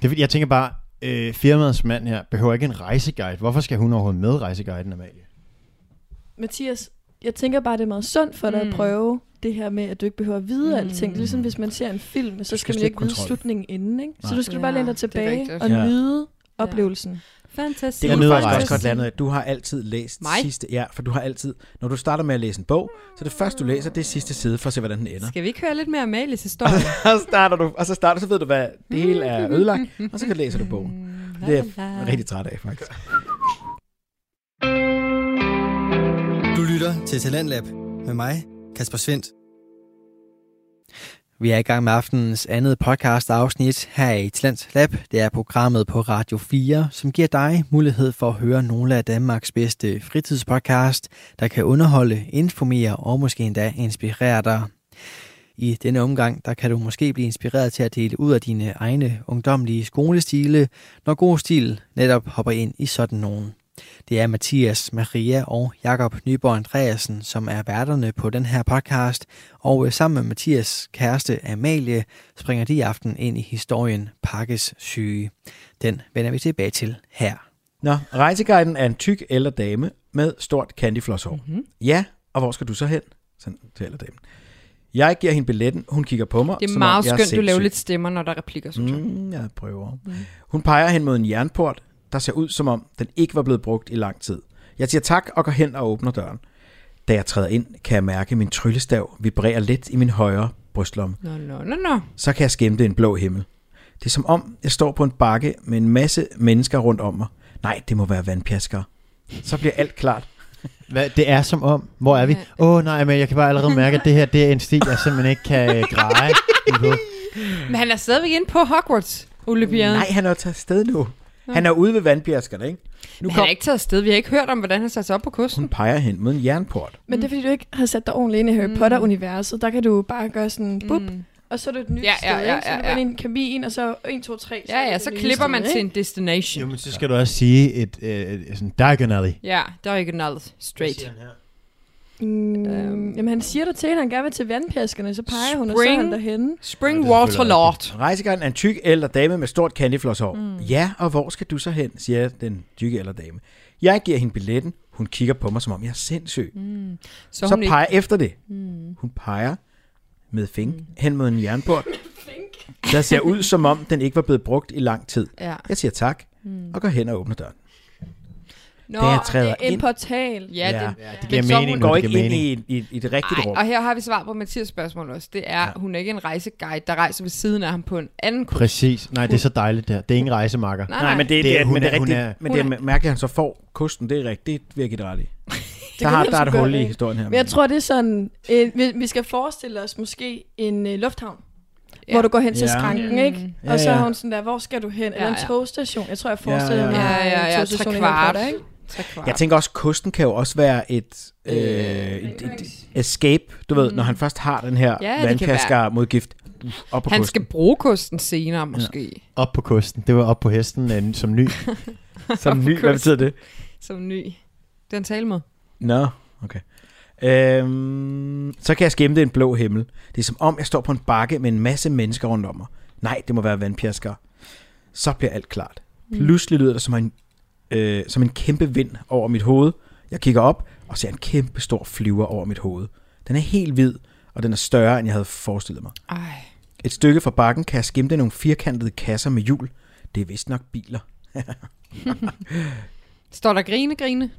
[SPEAKER 8] er, fordi, jeg tænker bare, øh, firmaets mand her behøver ikke en rejseguide. Hvorfor skal hun overhovedet med rejseguiden, Amalie?
[SPEAKER 9] Mathias, jeg tænker bare, det er meget sundt for dig
[SPEAKER 7] Mm.
[SPEAKER 9] at prøve det her med, at du ikke behøver at vide mm. alting. Det er ligesom, hvis man ser en film, så
[SPEAKER 6] skal
[SPEAKER 9] skal man
[SPEAKER 6] slippe
[SPEAKER 9] ikke vide
[SPEAKER 6] kontrollen.
[SPEAKER 9] slutningen inden. Ikke? Så
[SPEAKER 6] Nej.
[SPEAKER 9] du skal
[SPEAKER 7] Ja,
[SPEAKER 9] bare læne dig
[SPEAKER 7] det er
[SPEAKER 9] tilbage
[SPEAKER 7] rigtigt.
[SPEAKER 9] og
[SPEAKER 6] Ja.
[SPEAKER 9] nyde
[SPEAKER 7] Ja.
[SPEAKER 9] oplevelsen.
[SPEAKER 7] Fantastisk.
[SPEAKER 6] Det kunne
[SPEAKER 7] Jeg
[SPEAKER 6] du
[SPEAKER 7] nyder
[SPEAKER 6] faktisk også
[SPEAKER 7] rejsen.
[SPEAKER 6] godt lande af. Du har altid læst
[SPEAKER 7] Mig?
[SPEAKER 6] sidste... Ja, for du har altid... Når du starter med at læse en bog, så det første, du læser, det er sidste side, for at se, hvordan den *laughs* ender.
[SPEAKER 7] Skal vi ikke høre lidt mere
[SPEAKER 6] *laughs*
[SPEAKER 7] Amalies historie?
[SPEAKER 6] Så starter du, og så starter, så ved du, hvad det hele er ødelagt, og så kan læser du bogen.
[SPEAKER 7] Mm,
[SPEAKER 6] Det er jeg rigtig træt af, faktisk.
[SPEAKER 1] Du lytter til Talentlab med mig, Kasper Svendt. Vi er i gang med aftenens andet podcast afsnit her i Talent Lab. Det er programmet på Radio 4, som giver dig mulighed for at høre nogle af Danmarks bedste fritidspodcast, der kan underholde, informere og måske endda inspirere dig. I denne omgang, der kan du måske blive inspireret til at dele ud af dine egne ungdomlige skolestile, når god stil netop hopper ind i sådan nogen. Det er Mathias, Maria og Jakob Nyborg Andreasen, som er værterne på den her podcast, og øh, sammen med Mathias kæreste Amalie springer de i aften ind i historien Pakkes syge. Den vender vi tilbage til her.
[SPEAKER 6] Nå, rejseguiden er en tyk ældre dame med stort candyflosshår.
[SPEAKER 7] Mhm.
[SPEAKER 6] Mm-hmm. Ja, og hvor skal du så hen? Sådan til ældre damen. Jeg giver hende billetten, hun kigger på mig.
[SPEAKER 7] Det er
[SPEAKER 6] som
[SPEAKER 7] meget
[SPEAKER 6] om jeg
[SPEAKER 7] skønt, du laver
[SPEAKER 6] sindssyg.
[SPEAKER 7] lidt stemmer, når der er replikker, synes jeg.
[SPEAKER 6] Mm, jeg prøver. Hun peger hen mod en jernport, der ser ud som om, den ikke var blevet brugt i lang tid. Jeg siger tak og går hen og åbner døren. Da jeg træder ind, kan jeg mærke, at min tryllestav vibrerer lidt i min højre brystlomme.
[SPEAKER 7] Nå, nå, nå, nå.
[SPEAKER 6] Så kan jeg skimte en blå himmel. Det er som om, jeg står på en bakke med en masse mennesker rundt om mig. Nej, det må være vandpjaskere. Så bliver alt klart.
[SPEAKER 8] Hvad, det er som om, hvor er vi? Åh oh, nej, men jeg kan bare allerede mærke, at det her det er en sti, jeg simpelthen ikke kan øh, greje.
[SPEAKER 7] Men han er stadigvæk inde på Hogwarts, Olympiaden.
[SPEAKER 6] Nej, han er jo taget afsted nu. Han er ude ved vandpjaskerne, ikke?
[SPEAKER 7] nu han er ikke taget afsted. Vi har ikke hørt om, hvordan han satte sig op på kusten.
[SPEAKER 6] Hun peger hen mod en jernport.
[SPEAKER 9] Men det
[SPEAKER 7] Mm.
[SPEAKER 9] er, fordi du ikke har sat dig ordentligt ind i Harry Potter-universet. Der kan du bare gøre sådan, bup, og så er du et nyt
[SPEAKER 7] Mm. Ja, ja,
[SPEAKER 9] sted,
[SPEAKER 7] ja,
[SPEAKER 9] ikke? Så
[SPEAKER 7] ja,
[SPEAKER 9] er du bare
[SPEAKER 7] ja.
[SPEAKER 9] en kamin, og så 1, 2, 3.
[SPEAKER 7] Ja, ja, så klipper man til en destination.
[SPEAKER 8] Jamen, så skal du også sige et, øh, et sådan diagonally.
[SPEAKER 7] Ja, der er ikke noget straight.
[SPEAKER 9] Mm, jamen, han siger der til, at han gerne vil til vandpjaskerne, så peger hun, og så er
[SPEAKER 7] Øhm. Spring.
[SPEAKER 9] han derhenne.
[SPEAKER 7] Spring
[SPEAKER 8] det er
[SPEAKER 7] Water
[SPEAKER 8] selvfølgelig
[SPEAKER 7] Lord.
[SPEAKER 6] Rejsegangen er en tyk ældre dame med stort candyflosshår. Mm. Ja, og hvor skal du så hen, siger den tykke ældre dame. Jeg giver hende billetten. Hun kigger på mig, som om jeg er sindssyg. Mm.
[SPEAKER 7] Så,
[SPEAKER 6] Så,
[SPEAKER 7] hun
[SPEAKER 6] peger
[SPEAKER 7] ikke...
[SPEAKER 6] ikke... efter det. Mm. Hun peger med fink mm. hen mod en jernport, der ser ud, som om den ikke var blevet brugt i lang tid.
[SPEAKER 7] Ja.
[SPEAKER 6] Jeg siger tak, mm. og går hen og åbner døren.
[SPEAKER 7] Nå,
[SPEAKER 6] Da jeg træder
[SPEAKER 9] En
[SPEAKER 6] ind,
[SPEAKER 9] portal.
[SPEAKER 7] ja, det,
[SPEAKER 6] Ja,
[SPEAKER 8] Det giver
[SPEAKER 6] så
[SPEAKER 8] mening,
[SPEAKER 6] hun
[SPEAKER 8] når
[SPEAKER 6] går
[SPEAKER 8] det
[SPEAKER 6] ikke
[SPEAKER 8] giver
[SPEAKER 6] ind
[SPEAKER 8] mening.
[SPEAKER 6] i, et- i, et- i et rigtigt rum.
[SPEAKER 7] Ej, og her har vi svar på Mathias spørgsmål også. Det er, ja. hun er ikke en rejseguide, der rejser ved siden af ham på en anden kurs.
[SPEAKER 8] Præcis. Nej, det er så dejligt der. Det er ingen rejsemakker.
[SPEAKER 7] Nej,
[SPEAKER 6] Nej, men det,
[SPEAKER 8] Det
[SPEAKER 6] det,
[SPEAKER 8] er-
[SPEAKER 6] er,
[SPEAKER 8] hun
[SPEAKER 6] men det
[SPEAKER 8] er-
[SPEAKER 6] er
[SPEAKER 8] hun
[SPEAKER 6] rigtigt.
[SPEAKER 8] er-
[SPEAKER 6] men det er mærkeligt, at han så får kosten. Det er rigtigt. Det vil jeg give dig ret i. Der,
[SPEAKER 9] kan
[SPEAKER 6] har,
[SPEAKER 9] man
[SPEAKER 6] der er et
[SPEAKER 9] sgu
[SPEAKER 6] hul
[SPEAKER 9] godt,
[SPEAKER 6] i
[SPEAKER 9] ikke?
[SPEAKER 6] historien her.
[SPEAKER 9] Men jeg tror, det er sådan, øh, vi, vi skal forestille os måske en øh, lufthavn,
[SPEAKER 7] Ja.
[SPEAKER 9] ja. hvor du går hen til
[SPEAKER 6] Ja.
[SPEAKER 9] skranken,
[SPEAKER 7] Mm.
[SPEAKER 9] ikke?
[SPEAKER 6] Ja,
[SPEAKER 9] og så
[SPEAKER 6] ja.
[SPEAKER 9] har hun sådan der, hvor skal du hen? Eller
[SPEAKER 7] Ja,
[SPEAKER 9] en
[SPEAKER 7] ja.
[SPEAKER 9] togstation. Jeg tror, jeg forestiller
[SPEAKER 6] Ja, ja,
[SPEAKER 9] mig
[SPEAKER 7] ja, ja,
[SPEAKER 9] en
[SPEAKER 7] ja,
[SPEAKER 9] togstation
[SPEAKER 7] tre
[SPEAKER 9] i Harry
[SPEAKER 7] kvart.
[SPEAKER 9] Potter, ikke?
[SPEAKER 7] Tre kvart.
[SPEAKER 6] Jeg tænker også, kosten kan jo også være et, øh, et, et, et escape, du ved, mm. når han først har den her
[SPEAKER 7] det
[SPEAKER 6] ja,
[SPEAKER 7] kan
[SPEAKER 6] vandkasker mod gift op på
[SPEAKER 7] han
[SPEAKER 6] kosten.
[SPEAKER 7] skal bruge kosten senere, måske. Ja.
[SPEAKER 8] Op på kusten. Det var op på hesten øh, som ny.
[SPEAKER 6] Som
[SPEAKER 7] *laughs*
[SPEAKER 6] ny, hvad betyder det?
[SPEAKER 7] Som ny. Det er en tale med.
[SPEAKER 6] Nå, okay. Øhm, så kan jeg skimte en blå himmel. Det er som om, jeg står på en bakke med en masse mennesker rundt om mig. Nej, det må være vandpjasker. Så bliver alt klart.
[SPEAKER 7] Mm.
[SPEAKER 6] Pludselig lyder det som en, øh, som en kæmpe vind over mit hoved. Jeg kigger op og ser en kæmpe stor flyver over mit hoved. Den er helt hvid, og den er større, end jeg havde forestillet mig.
[SPEAKER 7] Ej.
[SPEAKER 6] Et stykke fra bakken kan jeg skimte nogle firkantede kasser med hjul. Det er vist nok biler.
[SPEAKER 7] Står der grine, grine?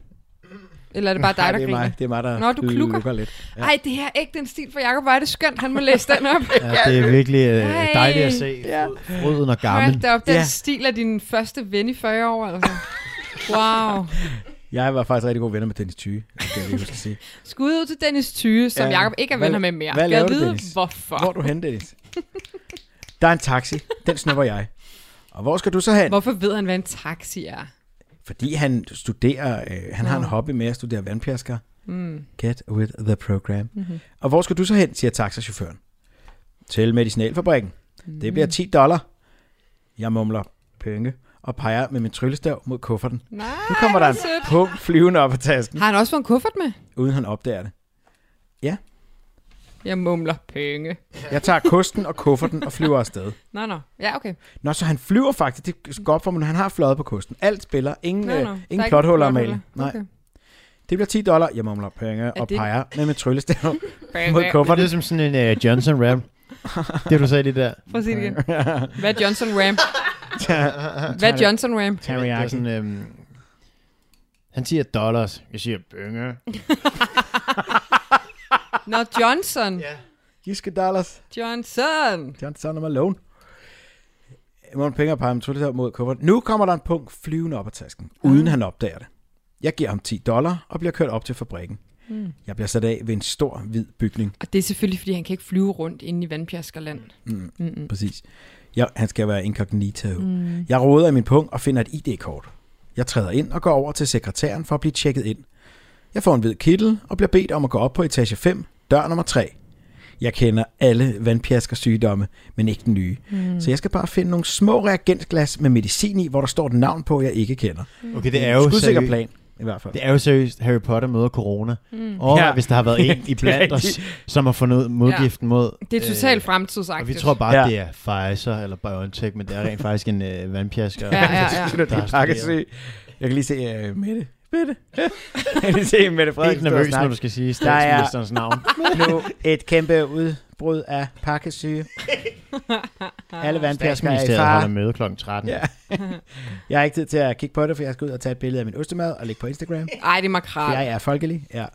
[SPEAKER 7] Eller er det bare dig,
[SPEAKER 6] Nej,
[SPEAKER 7] der
[SPEAKER 6] det er
[SPEAKER 7] griner?
[SPEAKER 6] mig, det er mig, der
[SPEAKER 7] Nå, du klukker.
[SPEAKER 6] lidt.
[SPEAKER 7] Ja. Ej, det her er ikke den stil for Jacob. Hvor er det skønt, han må læse den op.
[SPEAKER 8] Ja, det er virkelig øh,
[SPEAKER 7] Ej.
[SPEAKER 8] dejligt at se. Fryd- Fryden og
[SPEAKER 7] Hold
[SPEAKER 8] gammel.
[SPEAKER 7] da op, den
[SPEAKER 6] Ja.
[SPEAKER 7] stil er din første ven i 40
[SPEAKER 6] *laughs*
[SPEAKER 7] år, altså. Wow.
[SPEAKER 6] Jeg var faktisk rigtig god venner med Dennis Thyge, det er det, jeg husker at sige.
[SPEAKER 7] Skud ud til Dennis Thyge, som
[SPEAKER 6] Ja.
[SPEAKER 7] ja. Jacob ikke er
[SPEAKER 6] Hvad-
[SPEAKER 7] venner med mere.
[SPEAKER 6] hvad
[SPEAKER 7] Skal jeg
[SPEAKER 6] laver du,
[SPEAKER 7] vide,
[SPEAKER 6] Dennis?
[SPEAKER 7] hvorfor?
[SPEAKER 6] Hvor er du henne, Dennis? Der er en taxi. Den snupper jeg. Og hvor skal du så hen?
[SPEAKER 7] Hvorfor ved han, hvad en taxi er?
[SPEAKER 6] Fordi han studerer, øh, han har en hobby med at studere vandpjasker.
[SPEAKER 7] Mm.
[SPEAKER 6] Get with the program. Mm-hmm. Og hvor skal du så hen, siger taxachaufføren. Til medicinalfabrikken. Mm. Det bliver 10 dollar. Jeg mumler penge og peger med min tryllestav mod kufferten.
[SPEAKER 7] Nej,
[SPEAKER 6] Nu kommer der en
[SPEAKER 7] sødt.
[SPEAKER 6] pung flyvende op ad tasken,
[SPEAKER 7] Har han også fået en kuffert med?
[SPEAKER 6] uden han opdager det.
[SPEAKER 7] Jeg mumler penge.
[SPEAKER 6] Jeg tager kosten og kufferten og flyver afsted.
[SPEAKER 7] Nå, nå. Ja, okay.
[SPEAKER 6] Nå, så han flyver faktisk. Det skal op for mig, når han har fløjet på kosten. Alt spiller. Ingen,
[SPEAKER 7] Nå,
[SPEAKER 6] øh,
[SPEAKER 7] nå. Der er
[SPEAKER 6] ingen
[SPEAKER 7] ikke
[SPEAKER 6] plothuller at
[SPEAKER 7] plothuller.
[SPEAKER 6] male. Nej.
[SPEAKER 7] Okay.
[SPEAKER 6] Det bliver 10 dollar. Jeg mumler penge og
[SPEAKER 7] det- *laughs*
[SPEAKER 6] peger med min tryllestav
[SPEAKER 7] Penge.
[SPEAKER 6] mod
[SPEAKER 8] Hvorfor er
[SPEAKER 6] kufferten.
[SPEAKER 8] det som sådan en øh, Johnson rap? Det, du sagde lige der.
[SPEAKER 7] Prøv at sige det
[SPEAKER 8] *laughs*
[SPEAKER 7] igen. Hvad er
[SPEAKER 6] *laughs*
[SPEAKER 7] Johnson Ramp? Hvad er Johnson Ramp?
[SPEAKER 8] Terry Jackson, øhm, han siger dollars. Jeg siger bønge.
[SPEAKER 7] Nå, Johnson. Yeah.
[SPEAKER 6] Giske dollars.
[SPEAKER 7] Johnson.
[SPEAKER 6] Johnson og Malone. Morten Penge og Pam Tullet mod kuffert. Nu kommer der en punkt flyvende op ad tasken, mm. uden han opdager det. Jeg giver ham 10 dollar og bliver kørt op til fabrikken.
[SPEAKER 7] Mm.
[SPEAKER 6] Mm. Jeg bliver sat af ved en stor, hvid bygning.
[SPEAKER 7] Og det er selvfølgelig, fordi han kan ikke flyve rundt inde i vandpjaskerland.
[SPEAKER 6] Mm.
[SPEAKER 7] Mm-mm.
[SPEAKER 6] Præcis. Jeg, han skal være incognito.
[SPEAKER 7] Mm.
[SPEAKER 6] Mm. Jeg råder i min punkt og finder et ID-kort. Jeg træder ind og går over til sekretæren for at blive tjekket ind. Jeg får en hvid kittel og bliver bedt om at gå op på etage 5, dør nummer 3. Jeg kender alle vandpjaskersygdomme, men ikke den nye.
[SPEAKER 8] Mm.
[SPEAKER 6] Mm. Så jeg skal bare finde nogle små reagensglas med medicin i, hvor der står et navn på, jeg ikke kender.
[SPEAKER 8] Okay, det er jo
[SPEAKER 6] Skudsikker
[SPEAKER 8] seriøst-
[SPEAKER 6] plan, i hvert fald.
[SPEAKER 8] Det er jo seriøst, Harry Potter møder corona.
[SPEAKER 7] Mm.
[SPEAKER 8] Mm. Og
[SPEAKER 6] Ja.
[SPEAKER 8] ja. hvis der har været
[SPEAKER 6] *laughs*
[SPEAKER 8] en
[SPEAKER 6] Det
[SPEAKER 8] i
[SPEAKER 6] er
[SPEAKER 8] blandt os,
[SPEAKER 6] rigtigt.
[SPEAKER 8] som har fundet modgiften
[SPEAKER 7] Ja.
[SPEAKER 8] mod... øh,
[SPEAKER 7] Det er
[SPEAKER 6] Øh,
[SPEAKER 7] totalt fremtidsagtigt.
[SPEAKER 8] Og vi tror bare,
[SPEAKER 6] Ja.
[SPEAKER 8] det er Pfizer eller BioNTech, men det er rent faktisk en øh, vandpjasker.
[SPEAKER 7] Ja, ja,
[SPEAKER 8] *laughs*
[SPEAKER 7] ja.
[SPEAKER 6] Det er
[SPEAKER 8] der har
[SPEAKER 6] det, jeg kan
[SPEAKER 8] studeret.
[SPEAKER 6] se. Jeg kan lige se uh, Mette.
[SPEAKER 8] *laughs*
[SPEAKER 6] Mette. jeg kan lige se Mette Frederiksen.
[SPEAKER 8] Helt
[SPEAKER 6] stå og
[SPEAKER 8] nervøs,
[SPEAKER 6] snakke.
[SPEAKER 8] når du skal sige
[SPEAKER 6] Der er
[SPEAKER 8] statsministerens navn.
[SPEAKER 6] nu et kæmpe udbrud af pakkesyge. Alle vandpjasker er i
[SPEAKER 8] Statsministeriet holder
[SPEAKER 6] fare.
[SPEAKER 8] møde kl. 13.
[SPEAKER 6] Ja. Jeg har ikke tid til at kigge på det, for jeg skal ud og tage et billede af min ostemad og lægge på Instagram.
[SPEAKER 7] Ej, det er makral.
[SPEAKER 6] Jeg er folkelig, ja.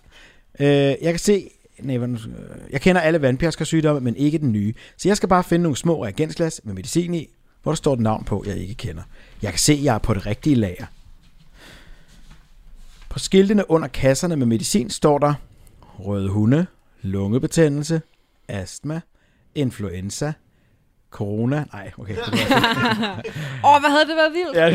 [SPEAKER 6] Øh, jeg kan se... Nej, hvordan- øh, jeg kender alle vandpjaskersygdomme, men ikke den nye. Så jeg skal bare finde nogle små reagensglas med medicin i, hvor der står et navn på, jeg ikke kender. Jeg kan se, at jeg er på det rigtige lager. På skiltene under kasserne med medicin står der røde hunde, lungebetændelse, astma, influenza, corona. Nej, okay. Det
[SPEAKER 7] *laughs*
[SPEAKER 6] var
[SPEAKER 7] *laughs* Åh, oh, hvad havde det været vildt?
[SPEAKER 6] ja,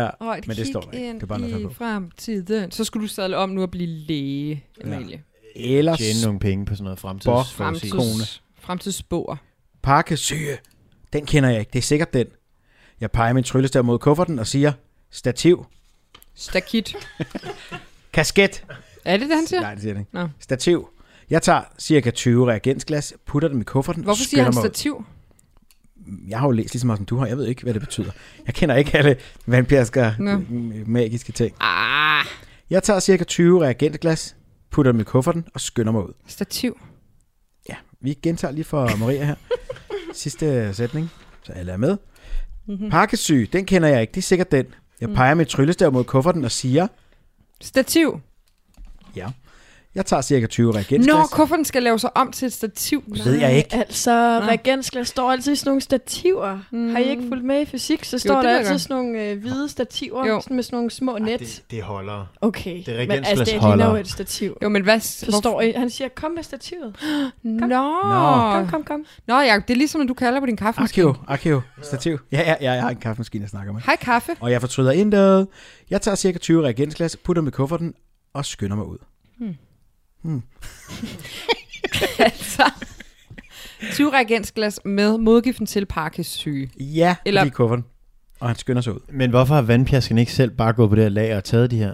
[SPEAKER 6] ja.
[SPEAKER 7] Åh, oh, et
[SPEAKER 6] men det
[SPEAKER 7] kig
[SPEAKER 6] står der ikke.
[SPEAKER 7] ind
[SPEAKER 6] Det er bare noget, jeg
[SPEAKER 7] i
[SPEAKER 6] på.
[SPEAKER 7] fremtiden. Så skulle du sadle om nu at blive læge, Emilie.
[SPEAKER 6] Ellers
[SPEAKER 8] Tjene nogle penge på sådan noget fremtidsforudsigelse.
[SPEAKER 7] Fremtids, fremtidsspor.
[SPEAKER 6] Parkesyge. Den kender jeg ikke. Det er sikkert den. Jeg peger min tryllestav mod kufferten og siger, stativ,
[SPEAKER 7] Stakit.
[SPEAKER 6] kasket.
[SPEAKER 7] Er det det, han siger?
[SPEAKER 6] Nej, det siger det ikke.
[SPEAKER 7] Nå.
[SPEAKER 6] Stativ. Jeg tager cirka 20 reagensglas, putter dem i kufferten
[SPEAKER 7] Hvorfor
[SPEAKER 6] og
[SPEAKER 7] siger
[SPEAKER 6] skynder
[SPEAKER 7] han
[SPEAKER 6] mig ud.
[SPEAKER 7] stativ?
[SPEAKER 6] Jeg har jo læst lige så meget som du har. Jeg ved ikke, hvad det betyder. Jeg kender ikke alle vandpjasker
[SPEAKER 7] Nå.
[SPEAKER 6] m- magiske ting.
[SPEAKER 7] Ah,
[SPEAKER 6] Jeg tager cirka 20 reagensglas, putter dem i kufferten og skynder mig ud.
[SPEAKER 7] stativ.
[SPEAKER 6] Ja, vi gentager lige for Maria
[SPEAKER 7] *laughs*
[SPEAKER 6] her. Sidste sætning, så alle er med.
[SPEAKER 7] Mhm. Mm.
[SPEAKER 6] Pakkesyge, den kender jeg ikke. Det er sikkert den. Jeg peger mit tryllestav mod kufferten og siger,
[SPEAKER 7] Stativ.
[SPEAKER 6] Ja. Jeg tager cirka 20
[SPEAKER 7] Når
[SPEAKER 6] reagensglas.
[SPEAKER 7] kufferten skal lave sig om til et stativ.
[SPEAKER 6] Det ved jeg ikke.
[SPEAKER 9] Altså, reagensglas står altid i sådan nogle stativer. Mm. Har I ikke fulgt med i fysik, så står
[SPEAKER 7] det ved
[SPEAKER 9] der
[SPEAKER 7] jeg
[SPEAKER 9] altid
[SPEAKER 7] godt.
[SPEAKER 9] sådan nogle øh, hvide stativer
[SPEAKER 7] Jo.
[SPEAKER 9] sådan med sådan nogle små net.
[SPEAKER 8] Det, det holder. er
[SPEAKER 9] okay, men altså, det
[SPEAKER 8] reagensglasholder.
[SPEAKER 9] ligner jo et stativ.
[SPEAKER 7] Jo, men hvad?
[SPEAKER 9] Forstår I? Han siger, kom med stativet.
[SPEAKER 7] Nå.
[SPEAKER 9] Kom,
[SPEAKER 7] Nå.
[SPEAKER 9] kom, kom.
[SPEAKER 7] Nå, Jacob, det er ligesom, når du kalder på din kaffe.
[SPEAKER 6] Arkeo, arkeo, stativ. Ja, ja, ja, jeg har en kaffemaskine, jeg snakker med.
[SPEAKER 7] Hej, kaffe. *laughs*
[SPEAKER 6] Og jeg fortryder intet. Jeg tager cirka 20 reagensglas, putter dem i kufferten og skynder mig ud.
[SPEAKER 7] altså. 20 reagensglas med modgiften til Parkes syge.
[SPEAKER 6] Ja,
[SPEAKER 7] Eller-
[SPEAKER 6] Eller... lige i kufferten. Og han skynder sig ud.
[SPEAKER 8] Men hvorfor har vandpjasken ikke selv bare gået på det her lag og taget de her?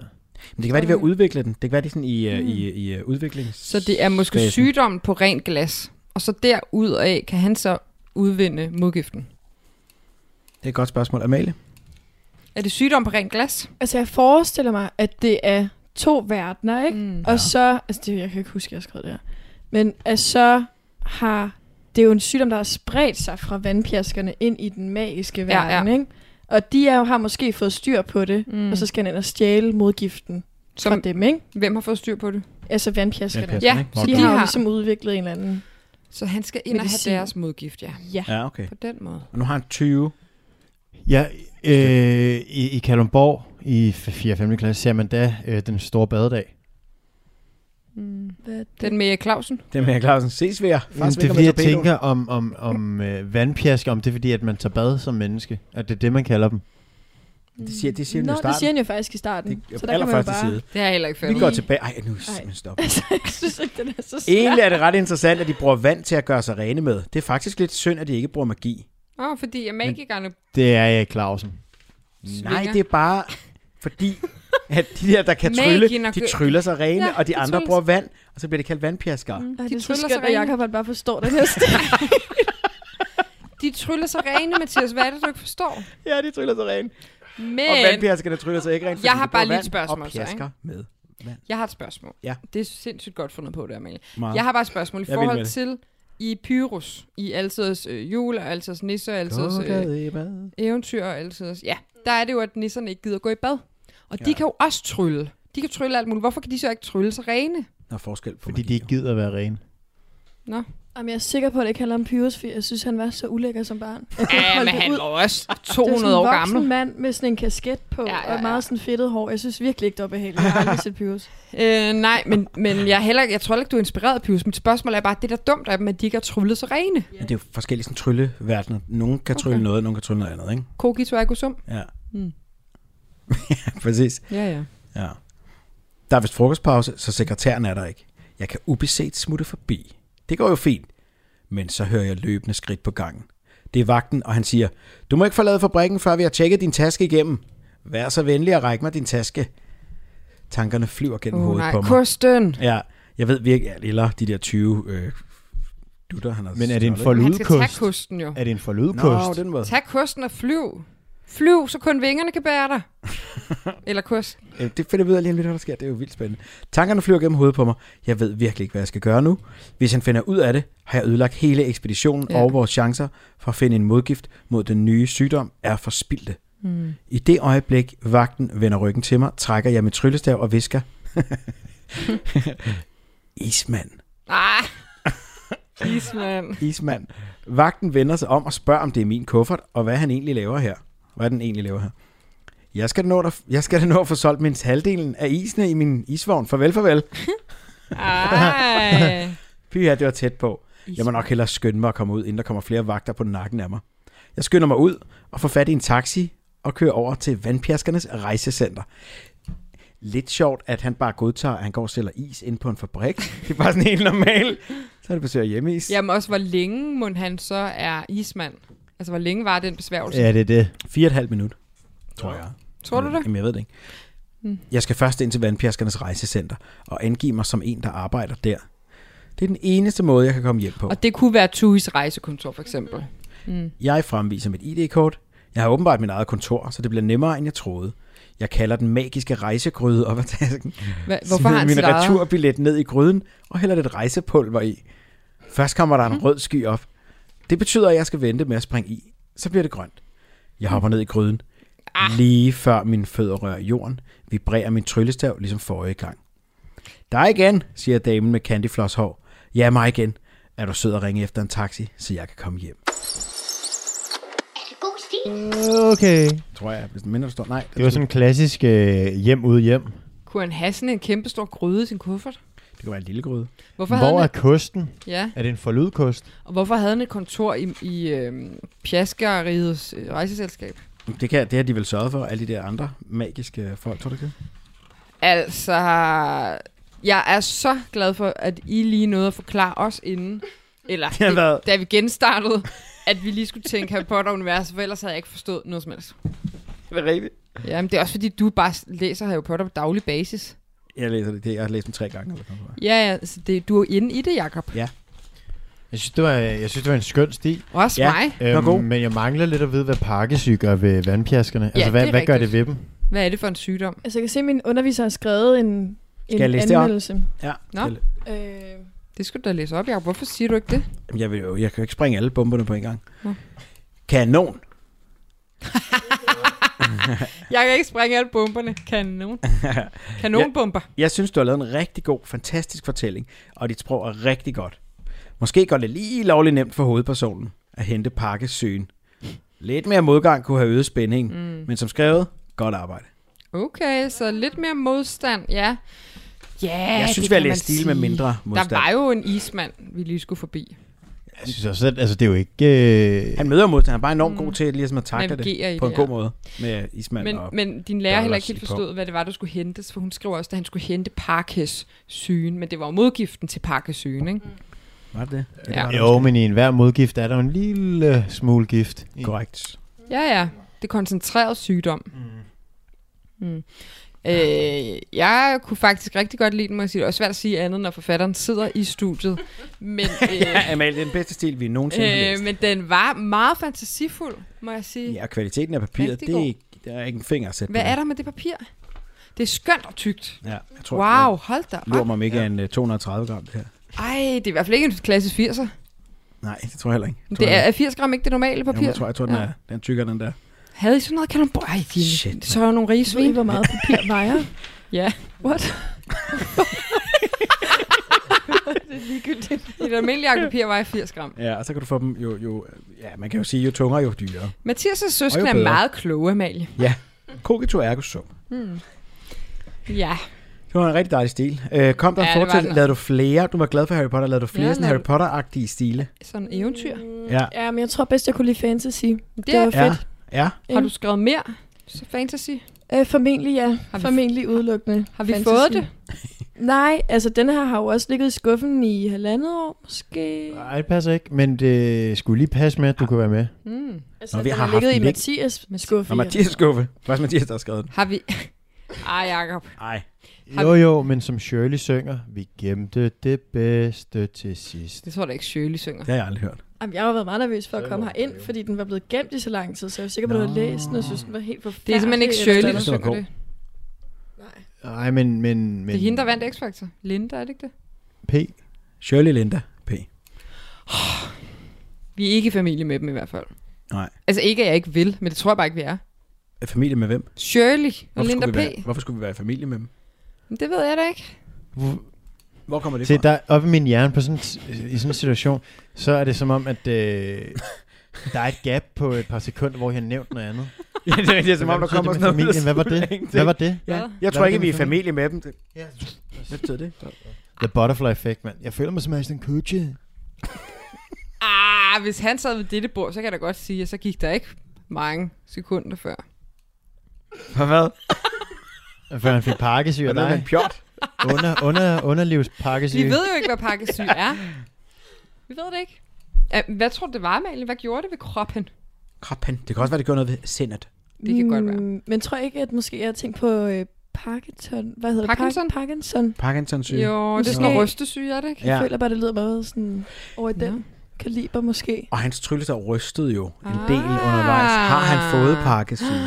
[SPEAKER 6] Men det kan være, de er ved at udvikle den. Det kan være, de er sådan i, mm. i, i, i udviklings...
[SPEAKER 7] Så det er måske
[SPEAKER 6] Fasen.
[SPEAKER 7] sygdommen på rent glas. Og så derudaf kan han så udvinde modgiften.
[SPEAKER 6] Det er et godt spørgsmål. Amalie?
[SPEAKER 7] Er det sygdom på rent glas?
[SPEAKER 9] Altså, jeg forestiller mig, at det er to verdener, ikke?
[SPEAKER 7] Mm.
[SPEAKER 9] Og så, altså det, jeg kan ikke huske, jeg skrev det her, men at så har, det er jo en sygdom, der har spredt sig fra vandpjaskerne ind i den magiske
[SPEAKER 7] Ja,
[SPEAKER 9] verden, ja, ja. ikke? Og de er jo, har måske fået styr på det,
[SPEAKER 7] Mm.
[SPEAKER 9] mm. og så skal han ind og stjæle modgiften Som... fra
[SPEAKER 7] Som,
[SPEAKER 9] dem, ikke?
[SPEAKER 7] hvem har fået styr på det?
[SPEAKER 9] Altså vandpjaskerne.
[SPEAKER 6] Vandpjaskerne.
[SPEAKER 9] Vandpjaskerne.
[SPEAKER 7] Ja,
[SPEAKER 6] ikke?
[SPEAKER 9] Så de,
[SPEAKER 7] De
[SPEAKER 9] de har jo
[SPEAKER 7] har-
[SPEAKER 9] ligesom udviklet en eller anden...
[SPEAKER 7] Så han skal ind og
[SPEAKER 9] Medicin.
[SPEAKER 7] have deres modgift, ja.
[SPEAKER 9] Ja.
[SPEAKER 6] Ja, okay.
[SPEAKER 7] På den måde.
[SPEAKER 6] Og nu har han 20.
[SPEAKER 8] Ja, øh, i, i Kalundborg i 4. 5. klasse ser man da øh, den store badedag.
[SPEAKER 7] Mm.
[SPEAKER 9] Hvad er
[SPEAKER 7] Den med Erik Clausen.
[SPEAKER 6] Det er med Clausen. Ses ved jer.
[SPEAKER 8] Jamen, det er fordi, jeg tænker om, om, om øh, vandpjasker, om det er fordi, at man tager bad som menneske. At det er det, man kalder dem.
[SPEAKER 6] Det siger, det siger
[SPEAKER 9] Nå,
[SPEAKER 6] Nå,
[SPEAKER 9] det siger han jo faktisk i starten.
[SPEAKER 6] det
[SPEAKER 9] så
[SPEAKER 6] er
[SPEAKER 9] der kan man jo
[SPEAKER 6] allerførste
[SPEAKER 9] bare...
[SPEAKER 6] side.
[SPEAKER 7] Det har jeg heller ikke
[SPEAKER 6] Vi
[SPEAKER 7] fået.
[SPEAKER 6] går tilbage. Ej, nu simpelthen stop.
[SPEAKER 9] *laughs* Altså, jeg synes ikke, den er så svær.
[SPEAKER 6] Egentlig er det ret interessant, at de bruger vand til at gøre sig rene med. Det er faktisk lidt synd, at de ikke bruger magi.
[SPEAKER 7] Åh, oh, fordi jeg magikerne...
[SPEAKER 8] Det er Erik Clausen.
[SPEAKER 7] Svinger.
[SPEAKER 6] Nej, det er bare fordi, at de der, der kan trylle,
[SPEAKER 7] Magien og
[SPEAKER 6] de
[SPEAKER 7] gø-
[SPEAKER 6] tryller sig rene,
[SPEAKER 7] Ja,
[SPEAKER 6] ja, og
[SPEAKER 7] de
[SPEAKER 6] de andre
[SPEAKER 7] tryller
[SPEAKER 6] bruger vand, og så bliver det kaldt vandpjaskere. Mm.
[SPEAKER 9] Ej,
[SPEAKER 7] De
[SPEAKER 9] det er så
[SPEAKER 7] tryller sig
[SPEAKER 9] skønt, at
[SPEAKER 7] rene.
[SPEAKER 9] Jacob han bare forstår den her
[SPEAKER 7] De tryller sig rene, Mathias. Hvad er det, du ikke forstår?
[SPEAKER 6] *laughs* Ja, de tryller sig rene.
[SPEAKER 7] Men
[SPEAKER 6] Og vandpjaskerne tryller sig ikke rent, fordi
[SPEAKER 7] Jeg har
[SPEAKER 6] de bruger
[SPEAKER 7] bare lige et
[SPEAKER 6] vand
[SPEAKER 7] spørgsmål
[SPEAKER 6] og
[SPEAKER 7] så, ikke?
[SPEAKER 6] pjasker med.
[SPEAKER 7] jeg har et spørgsmål.
[SPEAKER 6] Ja.
[SPEAKER 7] Det er sindssygt godt fundet på det, Amalie.
[SPEAKER 6] Meget.
[SPEAKER 7] Jeg har bare et spørgsmål i
[SPEAKER 6] Jeg vil med
[SPEAKER 7] forhold
[SPEAKER 6] det.
[SPEAKER 7] til i Pyrus, i Altiders øh, jul, og Altiders nisser, og Altiders
[SPEAKER 6] Gå i
[SPEAKER 7] øh,
[SPEAKER 6] bad.
[SPEAKER 7] eventyr, og Altiders... Ja, der er det jo, at nisserne ikke gider gå i bad. Og ja. de kan jo også trylle. De kan trylle alt muligt. Hvorfor kan de så ikke trylle så rene?
[SPEAKER 6] Der er forskel på
[SPEAKER 8] Fordi de ikke gider at være rene.
[SPEAKER 7] Nå.
[SPEAKER 9] Jamen, jeg er sikker på, at det ikke handler om Pyrus, for jeg synes, han var så ulækker som barn. Jeg kunne ikke
[SPEAKER 7] Ja,
[SPEAKER 9] holde
[SPEAKER 7] men
[SPEAKER 9] det
[SPEAKER 7] han
[SPEAKER 9] ud.
[SPEAKER 7] var også
[SPEAKER 9] Det var
[SPEAKER 7] 200
[SPEAKER 9] sådan en
[SPEAKER 7] år
[SPEAKER 9] voksen
[SPEAKER 7] gammel.
[SPEAKER 9] mand med sådan en kasket på, ja, ja, ja. og meget sådan fedtet hår. Jeg synes virkelig ikke, det var behageligt. Jeg har aldrig set
[SPEAKER 7] *laughs*
[SPEAKER 9] Pyrus.
[SPEAKER 7] Øh, nej, men, men jeg, er heller, ikke- jeg tror heller ikke, du er inspireret af Pius. Mit spørgsmål er bare, det er da dumt af dem, at de ikke har tryllet så rene.
[SPEAKER 6] Men det er jo forskellige sådan, trylleverdener. Nogen kan trylle
[SPEAKER 7] Okay.
[SPEAKER 6] okay. noget, nogen kan trylle noget andet, ikke?
[SPEAKER 7] Kogi Sum.
[SPEAKER 6] Ja. *laughs*
[SPEAKER 7] Mm.
[SPEAKER 6] Præcis.
[SPEAKER 7] Ja, ja.
[SPEAKER 6] Ja. Der er vist frokostpause, så sekretæren er der ikke. Jeg kan ubeset smutte forbi. Det går jo fint. Men så hører jeg løbende skridt på gangen. Det er vagten, og han siger, du må ikke forlade fabrikken, før vi har tjekket din taske igennem. Vær så venlig at række mig din taske. Tankerne flyver gennem
[SPEAKER 7] Åh,
[SPEAKER 6] oh, hovedet
[SPEAKER 7] nej,
[SPEAKER 6] på mig.
[SPEAKER 7] kosten.
[SPEAKER 6] Ja, jeg ved virkelig, eller de der 20 øh, dutter, han har
[SPEAKER 8] Men er det en
[SPEAKER 6] stjålet.
[SPEAKER 8] forlydkost?
[SPEAKER 7] Han skal tage kosten, jo.
[SPEAKER 8] Er det en
[SPEAKER 6] Nå,
[SPEAKER 8] forlydkost?
[SPEAKER 6] den måde.
[SPEAKER 7] Tag kosten og flyv. Flyv, så kun vingerne kan bære
[SPEAKER 8] *laughs*
[SPEAKER 7] dig. Eller kosten.
[SPEAKER 6] Øh, Det finder vi ud af lige om lidt, hvad der sker. Det er jo vildt spændende. Tankerne flyver gennem hovedet på mig. Jeg ved virkelig ikke, hvad jeg skal gøre nu. Hvis han finder ud af det, har jeg ødelagt hele ekspeditionen,
[SPEAKER 7] Ja.
[SPEAKER 6] ja. og vores chancer for at finde en modgift mod den nye sygdom er forspildte.
[SPEAKER 7] Mm.
[SPEAKER 6] I det øjeblik, vagten vender ryggen til mig, trækker jeg mit tryllestav og visker. Ismand.
[SPEAKER 7] Ah, ismand.
[SPEAKER 6] Ismand. Vagten vender sig om og spørger, om det er min kuffert, og hvad han egentlig laver her. Hvad den egentlig laver her. Jeg skal da nå, at- jeg skal da nå at få solgt mindst halvdelen af isene i min isvogn. Farvel, farvel.
[SPEAKER 7] Ej.
[SPEAKER 6] Pyha, det var tæt på. Jeg må nok hellere skynde mig at komme ud, inden der kommer flere vagter på nakken af mig. Jeg skynder mig ud og får fat i en taxi og kører over til Vandpjaskernes rejsecenter. Lidt sjovt, at han bare godtager, at han går og sælger is ind på en fabrik. Det er bare sådan helt normalt. Så er det besøger hjemmeis.
[SPEAKER 7] Jamen også, hvor længe må han så er ismand? Altså, hvor længe var den besværgelse?
[SPEAKER 8] Ja, det er det.
[SPEAKER 6] Fire og et halvt minut, tror jeg.
[SPEAKER 7] Tror du det?
[SPEAKER 6] Jamen, jeg ved det ikke.
[SPEAKER 7] Mm.
[SPEAKER 6] Jeg skal først ind til Vandpjaskernes rejsecenter og angive mig som en, der arbejder der. Det er den eneste måde, jeg kan komme hjem på.
[SPEAKER 7] Og det kunne være Tuis rejsekontor, for eksempel. Mm.
[SPEAKER 6] Jeg fremviser mit ID-kort. Jeg har åbenbart mit eget kontor, så det bliver nemmere, end jeg troede. Jeg kalder den magiske rejsegryde *laughs* op ad tasken.
[SPEAKER 7] Hva, hvorfor har han
[SPEAKER 6] min
[SPEAKER 7] sit eget?
[SPEAKER 6] returbillet ned i gryden og hælder lidt rejsepulver i. Først kommer der en rød sky op. Det betyder, at jeg skal vente med at springe i. Så bliver det grønt. Jeg hopper ned i gryden.
[SPEAKER 7] Ah.
[SPEAKER 6] Lige før mine fødder rører jorden, vibrerer min tryllestav ligesom forrige gang. Dig igen, siger damen med candyflosshår. Ja, mig igen. Er du sød at ringe efter en taxi, så jeg kan komme hjem?
[SPEAKER 8] Okay.
[SPEAKER 6] Tror jeg, hvis den mindre står. Nej,
[SPEAKER 8] Det var sådan en klassisk øh, hjem ude hjem.
[SPEAKER 7] Kunne han have sådan en kæmpe stor gryde i sin kuffert?
[SPEAKER 6] Det kan være en lille gryde.
[SPEAKER 7] Hvorfor havde
[SPEAKER 8] Hvor
[SPEAKER 7] han
[SPEAKER 8] er kosten?
[SPEAKER 7] Ja,
[SPEAKER 8] Er det en forlydkost?
[SPEAKER 7] og hvorfor havde han et kontor i, i øhm, Pjaskeriets øh, rejseselskab?
[SPEAKER 6] Det, kan, det har de vel sørget for, alle de der andre magiske folk, tror du ikke? det?
[SPEAKER 7] Altså, jeg er så glad for, at I lige nåede at forklare os inden,
[SPEAKER 6] *laughs*
[SPEAKER 7] eller
[SPEAKER 6] har været-
[SPEAKER 7] da vi genstartede, at vi lige skulle tænke Harry Potter-universet, for ellers havde jeg ikke forstået noget som helst.
[SPEAKER 6] Er det rigtigt?
[SPEAKER 7] Ja, men det er også fordi, du bare læser Harry Potter på daglig basis.
[SPEAKER 6] Jeg læser det. det jeg har læst dem tre gange. Eller sådan noget.
[SPEAKER 7] Ja, ja, så det, du er inde i det, Jacob.
[SPEAKER 8] Jeg synes, det var, jeg synes, det var en skøn stil.
[SPEAKER 7] Også ja.
[SPEAKER 6] Ja.
[SPEAKER 7] mig.
[SPEAKER 8] Øhm,
[SPEAKER 6] god.
[SPEAKER 8] men jeg mangler lidt at vide, hvad pakkesyg gør ved vandpjaskerne. Ja, altså,
[SPEAKER 7] det
[SPEAKER 8] hvad,
[SPEAKER 7] er
[SPEAKER 8] hvad gør det
[SPEAKER 7] rigtigt.
[SPEAKER 8] ved dem?
[SPEAKER 7] Hvad er det for en sygdom?
[SPEAKER 9] Altså, jeg kan se, at min underviser har skrevet en, en
[SPEAKER 6] jeg læse det op?
[SPEAKER 9] anmeldelse.
[SPEAKER 6] Ja.
[SPEAKER 7] Nå.
[SPEAKER 6] Jeg,
[SPEAKER 9] Øh,
[SPEAKER 7] Det skulle du da læse op, Jacob. Hvorfor siger du ikke det?
[SPEAKER 6] Jamen, jeg, vil jo, jeg kan jo ikke springe alle bomberne på en gang.
[SPEAKER 7] Nå.
[SPEAKER 6] Kanon.
[SPEAKER 7] Jeg kan ikke springe alle bomberne. Kanon.
[SPEAKER 6] *laughs*
[SPEAKER 7] Kanonbomber.
[SPEAKER 6] Jeg synes, du har lavet en rigtig god, fantastisk fortælling, og dit sprog er rigtig godt. Måske går det lige lovligt nemt for hovedpersonen at hente pakkesøen. Lidt mere modgang kunne have øget spændingen, mm. men som skrevet, godt arbejde.
[SPEAKER 7] Okay, så lidt mere modstand, ja. Ja,
[SPEAKER 6] Jeg synes,
[SPEAKER 7] det
[SPEAKER 6] vi har
[SPEAKER 7] kan man
[SPEAKER 6] læst stil med
[SPEAKER 7] sige.
[SPEAKER 6] mindre modstand.
[SPEAKER 7] Der var jo en ismand, vi lige skulle forbi.
[SPEAKER 8] Jeg synes også, at altså, det er jo ikke... Øh,
[SPEAKER 6] Han møder modstand. Han er bare enormt god til ligesom at takle
[SPEAKER 7] Mm. Navigere i
[SPEAKER 6] det på
[SPEAKER 7] det,
[SPEAKER 6] en god
[SPEAKER 7] ja.
[SPEAKER 6] måde med Ismand
[SPEAKER 7] Men,
[SPEAKER 6] og
[SPEAKER 7] men din lærer har heller
[SPEAKER 6] Dollars
[SPEAKER 7] ikke helt
[SPEAKER 6] i pung.
[SPEAKER 7] forstået, hvad det var, der skulle hentes, for hun skrev også, at han skulle hente parkes sygen, men det var jo modgiften til parkesygen, ikke?
[SPEAKER 6] Var det det?
[SPEAKER 7] Ja. Ja, det
[SPEAKER 8] jo, men i enhver modgift er der jo en lille smule gift. i.
[SPEAKER 6] Korrekt.
[SPEAKER 7] Ja, ja. Det er koncentreret sygdom. Mm. Mm. Øh, jeg kunne faktisk rigtig godt lide den, må jeg sige. Det er også svært at sige andet, når forfatteren sidder i studiet. Men, øh,
[SPEAKER 6] *laughs* Ja, Amalie, det er den bedste stil, vi nogensinde har
[SPEAKER 7] øh,
[SPEAKER 6] læst.
[SPEAKER 7] men den var meget fantasifuld, må jeg sige.
[SPEAKER 6] Ja, og kvaliteten af papiret,
[SPEAKER 7] Rigtig
[SPEAKER 6] det er,
[SPEAKER 7] god.
[SPEAKER 6] ikke, der er ikke en finger at sætte
[SPEAKER 7] Hvad
[SPEAKER 6] på.
[SPEAKER 7] er der med det papir? Det er skønt og tykt.
[SPEAKER 6] Ja, jeg tror,
[SPEAKER 7] Wow, hold da
[SPEAKER 6] Jeg lurer
[SPEAKER 7] op.
[SPEAKER 6] mig om ikke ja. en øh, 230 gram, det her.
[SPEAKER 7] Ej, det er i hvert fald ikke en klasse 80'er.
[SPEAKER 6] Nej, det tror jeg heller ikke. Tror
[SPEAKER 7] Det
[SPEAKER 6] jeg
[SPEAKER 7] er,
[SPEAKER 6] heller
[SPEAKER 7] er
[SPEAKER 6] ikke.
[SPEAKER 7] 80 gram ikke det normale papir?
[SPEAKER 6] Jamen, jeg tror, jeg tror den, er, den er tykkere, den der.
[SPEAKER 7] Havde I sådan noget kalundborg? Ej, de, Shit. så er jo nogle rige svin. Ved I, hvor meget papir vejer? *laughs* ja. What? *laughs* det er ligegyldigt. Et almindeligt jakkepapir vejer 80 gram.
[SPEAKER 6] Ja, og så kan du få dem jo, jo... Ja, man kan jo sige, jo tungere, jo dyrere.
[SPEAKER 7] Mathias'
[SPEAKER 6] Og
[SPEAKER 7] søsken
[SPEAKER 6] jo
[SPEAKER 7] er
[SPEAKER 6] bedre.
[SPEAKER 7] meget kloge, Amalie.
[SPEAKER 6] Ja. Kogito ergo sum.
[SPEAKER 7] Hmm. Ja.
[SPEAKER 6] Det var en rigtig dejlig stil. Øh, kom der
[SPEAKER 7] Ja,
[SPEAKER 6] ja,
[SPEAKER 7] det var
[SPEAKER 6] fortsat,
[SPEAKER 7] den.
[SPEAKER 6] lavede du flere, du var glad for Harry Potter, lavede du flere
[SPEAKER 7] Ja, Mm.
[SPEAKER 6] ja, sådan
[SPEAKER 7] lavede-
[SPEAKER 6] Harry Potter-agtige stile?
[SPEAKER 7] Sådan eventyr.
[SPEAKER 6] Ja.
[SPEAKER 9] Ja, men jeg tror bedst, jeg kunne lide fantasy. Det,
[SPEAKER 7] er-
[SPEAKER 9] var fedt.
[SPEAKER 6] Ja, ja.
[SPEAKER 7] Har du skrevet mere så fantasy?
[SPEAKER 9] Øh, formentlig ja.
[SPEAKER 7] vi-
[SPEAKER 9] formentlig udelukkende.
[SPEAKER 7] Har vi fået det?
[SPEAKER 9] *laughs* Nej, altså den her har jo også ligget i skuffen i halvandet år, måske.
[SPEAKER 8] Nej, det passer ikke, men det skulle lige passe med,
[SPEAKER 7] Ah.
[SPEAKER 8] at du kunne være med.
[SPEAKER 7] Mm.
[SPEAKER 9] Altså,
[SPEAKER 6] Nå, vi
[SPEAKER 9] den
[SPEAKER 6] har
[SPEAKER 9] har
[SPEAKER 6] haft
[SPEAKER 9] ligget i
[SPEAKER 6] den lig-
[SPEAKER 9] Mathias skuffe.
[SPEAKER 6] Og Mathias skuffe. Det var også Mathias, der har skrevet den.
[SPEAKER 7] Har vi... *laughs* Ej, Jacob.
[SPEAKER 6] Nej.
[SPEAKER 7] Har
[SPEAKER 8] Jo, jo, men som Shirley synger, vi gemte det bedste til sidst.
[SPEAKER 7] Det tror jeg da ikke, Shirley synger.
[SPEAKER 6] Det har jeg aldrig hørt.
[SPEAKER 9] Jamen, jeg har været meget nervøs for at komme herind, fordi den var blevet gemt i så lang tid, så jeg var sikker på, at du havde læst den, og synes, den var helt forfærdelig.
[SPEAKER 7] Det er simpelthen ikke
[SPEAKER 9] eller
[SPEAKER 7] Shirley, der synger
[SPEAKER 9] sådan
[SPEAKER 6] god.
[SPEAKER 7] det.
[SPEAKER 8] Nej, men, men, men...
[SPEAKER 7] Det er hende, der vandt X-Factor. Linda, er det ikke det?
[SPEAKER 8] P.
[SPEAKER 6] Shirley Linda P.
[SPEAKER 7] Vi er ikke i familie med dem i hvert fald.
[SPEAKER 6] Nej.
[SPEAKER 7] Altså ikke, at jeg ikke vil, men det tror jeg bare ikke, vi er.
[SPEAKER 6] Er Familie med hvem?
[SPEAKER 7] Shirley og
[SPEAKER 6] Hvorfor
[SPEAKER 7] Linda
[SPEAKER 6] skulle,
[SPEAKER 7] P.
[SPEAKER 6] vi være, hvorfor skulle vi være i familie med dem?
[SPEAKER 7] Men Det ved jeg da ikke.
[SPEAKER 6] Hvor kommer det
[SPEAKER 8] Se,
[SPEAKER 6] fra?
[SPEAKER 8] der, op i min hjerne på sådan, i sådan en situation, så er det som om, at øh, der er et gap på et par sekunder, hvor jeg har nævnt noget andet.
[SPEAKER 6] *laughs* ja, det er, det er som om, der
[SPEAKER 8] Hvad
[SPEAKER 6] kommer
[SPEAKER 8] betyder
[SPEAKER 6] sådan noget.
[SPEAKER 8] det med familien? Hvad var
[SPEAKER 6] der
[SPEAKER 8] det?
[SPEAKER 6] ingenting.
[SPEAKER 8] Hvad var det?
[SPEAKER 6] Ja,
[SPEAKER 7] Hvad?
[SPEAKER 6] jeg
[SPEAKER 8] Hvad
[SPEAKER 6] tror
[SPEAKER 8] er
[SPEAKER 6] ikke,
[SPEAKER 8] det
[SPEAKER 6] vi er
[SPEAKER 8] med
[SPEAKER 6] i familie med dem. Det-
[SPEAKER 8] Ja.
[SPEAKER 6] Hvad betyder det?
[SPEAKER 8] The butterfly effect, mand. Jeg føler mig som Ashton Kutcher.
[SPEAKER 7] Ah, hvis han sad ved dette bord, så kan jeg da godt sige, at så gik der ikke mange sekunder før.
[SPEAKER 6] Hvad?
[SPEAKER 8] Før han fik pakkesyg
[SPEAKER 6] Er
[SPEAKER 8] af
[SPEAKER 6] det
[SPEAKER 8] dig.
[SPEAKER 6] en pjot?
[SPEAKER 8] Under, under, underlivs pakkesyg.
[SPEAKER 7] Vi ved jo ikke, hvad pakkesyg er. Vi ved det ikke. Ja, Hvad tror du, det var, Amalie? Hvad gjorde det ved kroppen?
[SPEAKER 6] Kroppen. Det kan også være, det gjorde noget ved sindet.
[SPEAKER 7] Det kan godt være.
[SPEAKER 9] Mm, Men tror jeg ikke, at måske jeg har tænkt på øh, Parkinson? Hvad hedder det?
[SPEAKER 7] Parkinson?
[SPEAKER 9] Park- Parkinson.
[SPEAKER 6] Parkinson syge.
[SPEAKER 7] Jo, det er sådan
[SPEAKER 9] Måske.
[SPEAKER 7] noget rystesyge, er det ikke?
[SPEAKER 9] Jeg
[SPEAKER 6] Ja.
[SPEAKER 9] føler bare, det lyder meget sådan over i
[SPEAKER 7] Nå.
[SPEAKER 9] den kaliber måske.
[SPEAKER 6] Og hans tryllestav rystede jo en
[SPEAKER 7] Ah.
[SPEAKER 6] del undervejs. Har han fået pakkesyge?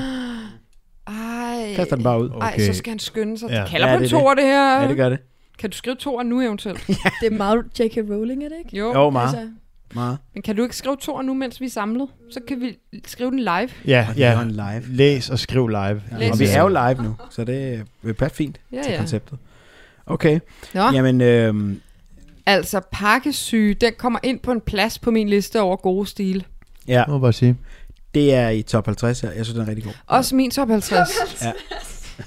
[SPEAKER 7] Ej.
[SPEAKER 6] Kast den bare ud.
[SPEAKER 7] Ej, så skal han skynde sig.
[SPEAKER 8] Ja.
[SPEAKER 7] Det kalder
[SPEAKER 6] Ja,
[SPEAKER 7] på en
[SPEAKER 6] det er
[SPEAKER 7] toer, det her.
[SPEAKER 6] Ja, det gør det.
[SPEAKER 7] Kan du skrive toer nu eventuelt?
[SPEAKER 9] Det er meget J.K. Rowling, er det ikke?
[SPEAKER 7] Jo.
[SPEAKER 6] Jo, meget.
[SPEAKER 9] Altså,
[SPEAKER 6] meget.
[SPEAKER 7] Men kan du ikke skrive toer nu, mens vi er samlet? Så kan vi skrive den live.
[SPEAKER 8] Ja,
[SPEAKER 6] Og vi
[SPEAKER 8] ja.
[SPEAKER 6] laver en live.
[SPEAKER 8] Læs og skriv live.
[SPEAKER 6] Ja.
[SPEAKER 7] Læs
[SPEAKER 6] Og vi er jo live nu, så det er øh, passer fint
[SPEAKER 7] Ja,
[SPEAKER 6] til
[SPEAKER 7] ja.
[SPEAKER 6] konceptet. Okay,
[SPEAKER 7] Nå, ja.
[SPEAKER 6] jamen, øhm,
[SPEAKER 7] altså pakkesyge, den kommer ind på en plads på min liste over gode stil.
[SPEAKER 6] ja,
[SPEAKER 8] Må jeg bare sige.
[SPEAKER 6] det er i top 50 her. Jeg synes, den er rigtig god.
[SPEAKER 7] Også min top
[SPEAKER 6] *laughs*
[SPEAKER 7] 50.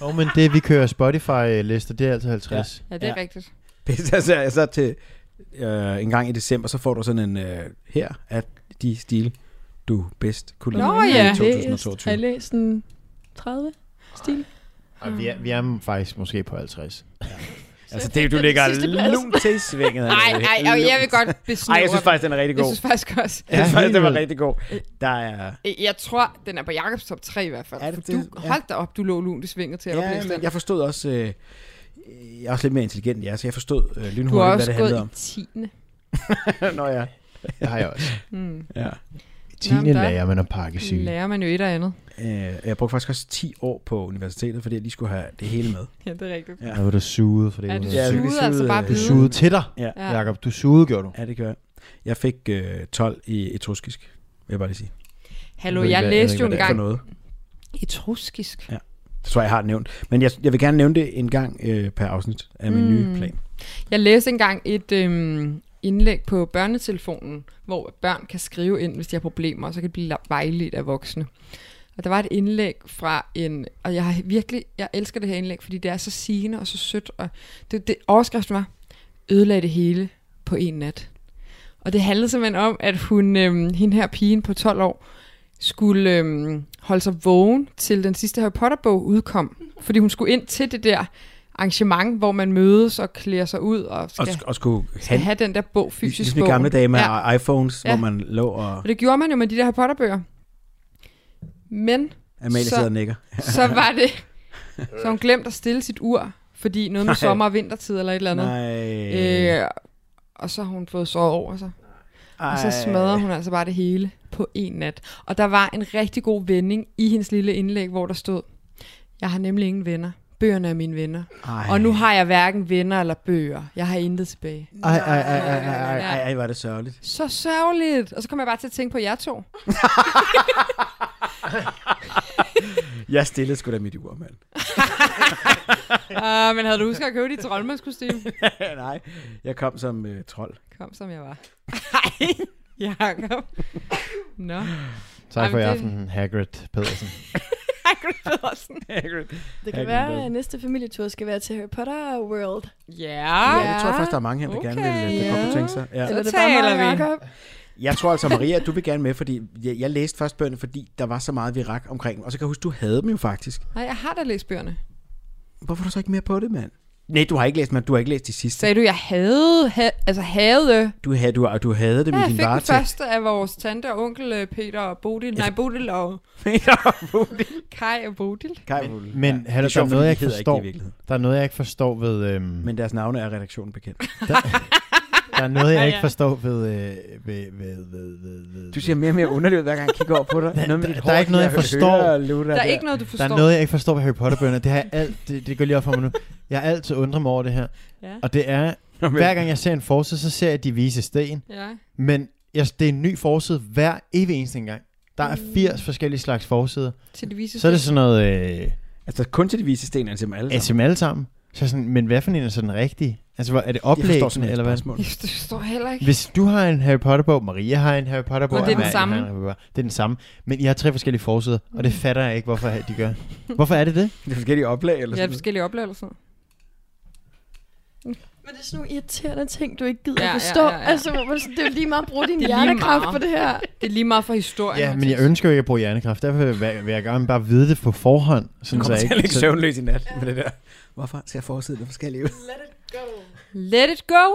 [SPEAKER 8] Åh, oh, men det, vi kører Spotify-lister, det er altid 50.
[SPEAKER 7] Ja, det er
[SPEAKER 6] Ja.
[SPEAKER 7] rigtigt.
[SPEAKER 6] *laughs* Pisse, altså, jeg så til øh, en gang i december, så får du sådan en, øh, her er de stil, du bedst kunne lide
[SPEAKER 7] Nå, ja.
[SPEAKER 6] i
[SPEAKER 9] Har I
[SPEAKER 6] 2022.
[SPEAKER 9] læst sådan 30 stil?
[SPEAKER 8] Ja. Og vi er, vi er faktisk måske på 50.
[SPEAKER 6] Altså, det, du ligger
[SPEAKER 9] sidste plads.
[SPEAKER 6] lunt til i svinget.
[SPEAKER 7] *laughs* Nej, nej, og jeg vil godt besnore
[SPEAKER 6] Nej, jeg synes
[SPEAKER 7] den.
[SPEAKER 6] faktisk, den er rigtig
[SPEAKER 7] Jeg
[SPEAKER 6] god.
[SPEAKER 7] synes faktisk også.
[SPEAKER 6] *laughs* Jeg synes faktisk, den var
[SPEAKER 8] helt
[SPEAKER 6] rigtig god. Der er...
[SPEAKER 7] Jeg tror, den er på Jacobs top 3 i hvert fald.
[SPEAKER 6] Er
[SPEAKER 7] for
[SPEAKER 6] det
[SPEAKER 7] du,
[SPEAKER 6] det? Ja.
[SPEAKER 7] Hold da op, du lå lunt i svinget til at
[SPEAKER 6] Ja,
[SPEAKER 7] oplæse
[SPEAKER 6] men
[SPEAKER 7] den.
[SPEAKER 6] jeg forstod også... Øh, jeg er også lidt mere intelligent end jer, så jeg forstod øh,
[SPEAKER 7] Du har
[SPEAKER 6] lynhurtigt, hvad
[SPEAKER 7] også
[SPEAKER 6] det
[SPEAKER 7] gået
[SPEAKER 6] handlede om.
[SPEAKER 7] i 10.
[SPEAKER 6] Nå ja.
[SPEAKER 8] Det har jeg
[SPEAKER 7] *laughs*
[SPEAKER 8] også.
[SPEAKER 7] Mm.
[SPEAKER 6] ja.
[SPEAKER 8] Tiende
[SPEAKER 7] der-
[SPEAKER 8] lærer man at pakke syge.
[SPEAKER 7] Lærer man jo et og andet.
[SPEAKER 6] Øh, jeg brugte faktisk også 10 år på universitetet, fordi jeg lige skulle have det hele med.
[SPEAKER 7] Ja, det er rigtigt.
[SPEAKER 8] Ja. var du suget for det.
[SPEAKER 7] Ja,
[SPEAKER 8] var
[SPEAKER 7] du
[SPEAKER 8] noget.
[SPEAKER 6] suget.
[SPEAKER 7] sugede altså bare
[SPEAKER 6] Du
[SPEAKER 8] du
[SPEAKER 7] biden.
[SPEAKER 8] sugede til dig,
[SPEAKER 6] Ja.
[SPEAKER 7] Ja.
[SPEAKER 8] Jakob. Du sugede, gjorde du.
[SPEAKER 6] Ja, det gør jeg. Jeg fik øh, 12 i etruskisk, vil jeg bare lige sige.
[SPEAKER 7] Hallo,
[SPEAKER 8] Jeg ved
[SPEAKER 7] jeg
[SPEAKER 8] ikke, hvad-
[SPEAKER 7] læste jo
[SPEAKER 8] jeg ved
[SPEAKER 7] en
[SPEAKER 8] ikke, hvad
[SPEAKER 6] For
[SPEAKER 7] gang
[SPEAKER 6] noget.
[SPEAKER 7] etruskisk.
[SPEAKER 6] Det tror jeg, jeg har nævnt. Men jeg, jeg vil gerne nævne det en gang øh, per afsnit af min
[SPEAKER 7] Mm.
[SPEAKER 6] mm. nye plan.
[SPEAKER 7] Jeg læste engang et øhm, indlæg på børnetelefonen, hvor børn kan skrive ind, hvis de har problemer, og så kan de blive la- vejledt af voksne. Og der var et indlæg fra en, og jeg har virkelig, jeg elsker det her indlæg, fordi det er så sigende og så sødt, og det, det overskriften var, ødelagde det hele på en nat. Og det handlede simpelthen om, at hun, øhm, hende her pigen på 12 år, skulle øhm, holde sig vågen til den sidste Harry Potter-bog udkom. Fordi hun skulle ind til det der arrangement, hvor man mødes og klæder sig ud og skal,
[SPEAKER 6] Og, sk- og skulle
[SPEAKER 7] skal
[SPEAKER 6] han,
[SPEAKER 7] have den der bog fysisk
[SPEAKER 6] ligesom i
[SPEAKER 7] bogen.
[SPEAKER 6] gamle dage med
[SPEAKER 7] ja.
[SPEAKER 6] ja. iPhones, ja.
[SPEAKER 7] Ja.
[SPEAKER 6] hvor man lå og...
[SPEAKER 7] Og det gjorde man jo med de der Harry Potter-bøger. Men
[SPEAKER 6] Amalie
[SPEAKER 7] Så-
[SPEAKER 6] sidder og nikker. *laughs*
[SPEAKER 7] så var det... så har hun glemt at stille sit ur, fordi noget med
[SPEAKER 6] Nej.
[SPEAKER 7] sommer- og vintertid eller et eller andet.
[SPEAKER 6] Nej.
[SPEAKER 7] Øh, og så har hun fået såret over sig. Og så smadrer hun altså bare det hele på en nat. Og der var en rigtig god vending i hendes lille indlæg, hvor der stod, jeg har nemlig ingen venner. Bøgerne er mine venner.
[SPEAKER 6] Ej.
[SPEAKER 7] Og nu har jeg hverken venner eller bøger. Jeg har intet tilbage.
[SPEAKER 6] Ej, ej, ej, ej, ej, ej, ej, var det sørgeligt.
[SPEAKER 7] Så sørgeligt. Og så kommer jeg bare til at tænke på jer to.
[SPEAKER 6] Jeg stillede sgu da mit ur, mand. *laughs*
[SPEAKER 7] uh, men havde du husket at købe dit troldmandskostyme?
[SPEAKER 6] Nej, jeg kom som øh, trold.
[SPEAKER 7] Kom, som jeg var. Nej, Jacob. Nå.
[SPEAKER 8] Tak for i
[SPEAKER 7] Jamen, det-
[SPEAKER 8] aften, Hagrid Pedersen.
[SPEAKER 7] Hagrid Pedersen.
[SPEAKER 6] Hagrid.
[SPEAKER 9] Det kan være, at næste familietur skal være til Harry Potter World.
[SPEAKER 7] Ja.
[SPEAKER 6] Ja, det tror jeg faktisk, der er mange her, der okay. gerne vil, øh, der
[SPEAKER 9] Okay.
[SPEAKER 6] godt kunne
[SPEAKER 9] Ja.
[SPEAKER 6] tænke sig. Ja.
[SPEAKER 9] Eller er det
[SPEAKER 7] Så
[SPEAKER 9] bare mig
[SPEAKER 7] taler
[SPEAKER 9] og
[SPEAKER 7] vi.
[SPEAKER 9] Jacob?
[SPEAKER 6] Jeg tror altså, Maria, du vil gerne med, fordi jeg, jeg læste først bøgerne, fordi der var så meget virak omkring dem. Og så kan jeg huske, du havde dem jo faktisk.
[SPEAKER 7] Nej, jeg har da læst bøgerne.
[SPEAKER 6] Hvorfor er du så ikke mere på det, mand? Nej, du har ikke læst dem, du har ikke læst de sidste.
[SPEAKER 7] Sagde du, jeg havde, ha, altså havde
[SPEAKER 6] Du, havde, du, du havde dem
[SPEAKER 7] Ja, jeg
[SPEAKER 6] i din
[SPEAKER 7] fik den
[SPEAKER 6] varetægt.
[SPEAKER 7] første af vores tante og onkel øh, Peter og Bodil. Nej, Bodil og Kai og Bodil.
[SPEAKER 6] Kaj Mulle.
[SPEAKER 8] Men
[SPEAKER 6] Det
[SPEAKER 8] ja, der er
[SPEAKER 6] sjovt, fordi
[SPEAKER 8] noget,
[SPEAKER 6] de
[SPEAKER 8] jeg ikke
[SPEAKER 6] hedder
[SPEAKER 8] forstår.
[SPEAKER 6] det i virkeligheden.
[SPEAKER 8] Der er noget, jeg ikke forstår ved... Øhm, Men...
[SPEAKER 6] Men deres navne er redaktionen bekendt.
[SPEAKER 8] Der er noget, jeg
[SPEAKER 2] Ja,
[SPEAKER 8] ikke
[SPEAKER 2] ja.
[SPEAKER 8] forstår ved... Øh, ved, ved, ved, ved, ved.
[SPEAKER 6] Du ser mere og mere underlig ud, hver gang jeg kigger over på dig.
[SPEAKER 8] Der-
[SPEAKER 6] Noget med
[SPEAKER 8] der-
[SPEAKER 6] dit
[SPEAKER 8] der er
[SPEAKER 6] hår,
[SPEAKER 8] ikke noget, jeg
[SPEAKER 6] de her
[SPEAKER 8] forstår.
[SPEAKER 6] hører og lutter
[SPEAKER 7] Der er ikke noget, du forstår.
[SPEAKER 8] Der er noget, jeg ikke forstår ved Harry Potter-bøgerne. Det, har jeg alt, det, det går lige op for mig nu. Jeg har altid undret mig over det her.
[SPEAKER 2] Ja.
[SPEAKER 8] Og det er,
[SPEAKER 6] *laughs* Nå, men-
[SPEAKER 8] hver gang jeg ser en forside, så ser jeg de vise sten.
[SPEAKER 7] Ja.
[SPEAKER 8] Men jeg, det er en ny forside hver evig eneste gang. Der er 80 forskellige slags forsider.
[SPEAKER 7] Til Mm. det vise
[SPEAKER 8] Så er det sådan noget... Øh,
[SPEAKER 6] Altså kun til de vise sten, altså dem alle
[SPEAKER 8] altså dem alle sammen. Så er jeg sådan, men hvad for en er så den rigtige? Altså, hvor, er det oplæggende, eller hvad?
[SPEAKER 7] Jeg forstår heller ikke.
[SPEAKER 8] Hvis du har en Harry Potter-bog, Maria har en Harry Potter-bog,
[SPEAKER 7] Og det er den
[SPEAKER 8] Amalie
[SPEAKER 7] samme. Mm.
[SPEAKER 8] har en Harry Potter- Det er den samme. Men I har tre forskellige forsider, og det fatter jeg ikke, hvorfor de gør. Hvorfor er det det?
[SPEAKER 6] Det er forskellige oplag, eller
[SPEAKER 7] Jeg har
[SPEAKER 6] sådan noget.
[SPEAKER 7] forskellige oplevelser.
[SPEAKER 9] Men det er sådan nogle irriterende ting, du ikke gider
[SPEAKER 7] Ja,
[SPEAKER 9] at
[SPEAKER 7] ja,
[SPEAKER 9] forstå.
[SPEAKER 7] ja, ja.
[SPEAKER 9] Altså, hvor man sådan, det er jo lige meget at bruge
[SPEAKER 7] *laughs*
[SPEAKER 9] din
[SPEAKER 7] Det er lige
[SPEAKER 9] hjernekraft
[SPEAKER 7] meget.
[SPEAKER 9] på det her.
[SPEAKER 7] Det er lige meget for historien. altså.
[SPEAKER 8] Ja, men
[SPEAKER 7] Mathias.
[SPEAKER 8] jeg ønsker jo ikke at bruge hjernekraft. Derfor vil jeg, vil jeg gerne bare vide det på forhånd.
[SPEAKER 6] Du
[SPEAKER 8] Sådan, så
[SPEAKER 6] kommer
[SPEAKER 8] jeg
[SPEAKER 6] til at
[SPEAKER 8] ikke,
[SPEAKER 6] ligge
[SPEAKER 8] så,
[SPEAKER 6] søvnløs i nat med det der. Hvorfor skal jeg forside det forskellige ud?
[SPEAKER 7] Let it go.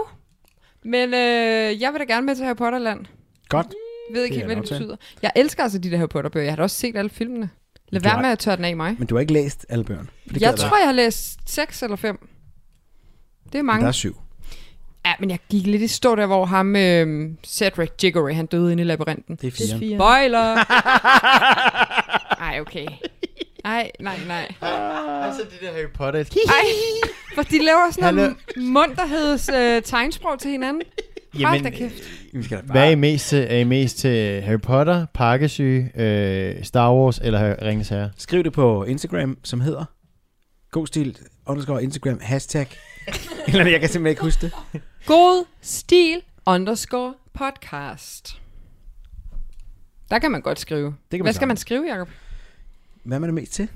[SPEAKER 7] Men øh, jeg vil da gerne med til Harry Potterland.
[SPEAKER 6] Godt.
[SPEAKER 7] Jeg ved ikke
[SPEAKER 6] Det
[SPEAKER 7] helt,
[SPEAKER 6] er
[SPEAKER 7] hvad
[SPEAKER 6] en
[SPEAKER 7] det
[SPEAKER 6] aftale.
[SPEAKER 7] betyder. Jeg elsker altså de der Harry Potter-bøger. Jeg har da også set alle filmene. Lad
[SPEAKER 6] Du har-
[SPEAKER 7] være med at tørre den af i mig.
[SPEAKER 6] Men du har ikke læst alle bøgerne. for det
[SPEAKER 7] Jeg
[SPEAKER 6] gad
[SPEAKER 7] tror, jeg har læst 6 eller 5. Det er
[SPEAKER 6] Men
[SPEAKER 7] mange.
[SPEAKER 6] Der er syv.
[SPEAKER 7] Ja, men jeg gik lidt i stå der, hvor ham, øh, Cedric Diggory, han døde inde i labyrinten.
[SPEAKER 6] Det er
[SPEAKER 9] Det er
[SPEAKER 6] fire.
[SPEAKER 9] fire.
[SPEAKER 7] Spoiler! *laughs*
[SPEAKER 8] *laughs*
[SPEAKER 7] Ej, okay. Ej, nej, nej.
[SPEAKER 8] Altså det der Harry Potter.
[SPEAKER 7] *laughs* Ej, for de laver sådan
[SPEAKER 8] Hallo.
[SPEAKER 7] noget munterheds øh, tegnsprog til hinanden. Hold da
[SPEAKER 6] øh.
[SPEAKER 7] kæft.
[SPEAKER 6] Vi skal da
[SPEAKER 8] hvad er
[SPEAKER 6] bare...
[SPEAKER 8] I mest til? Er I mest til Harry Potter, Parkesyge, øh, Star Wars eller Har- Ringens Herre?
[SPEAKER 6] Skriv det på Instagram, som hedder God stil, underscore Instagram, hashtag. *laughs* Eller jeg kan simpelthen ikke huske det.
[SPEAKER 7] God stil underscore podcast. Der kan man godt skrive.
[SPEAKER 6] kan man
[SPEAKER 7] Hvad skal
[SPEAKER 6] sagtens.
[SPEAKER 7] man skrive, Jacob?
[SPEAKER 6] Hvad er man mest til?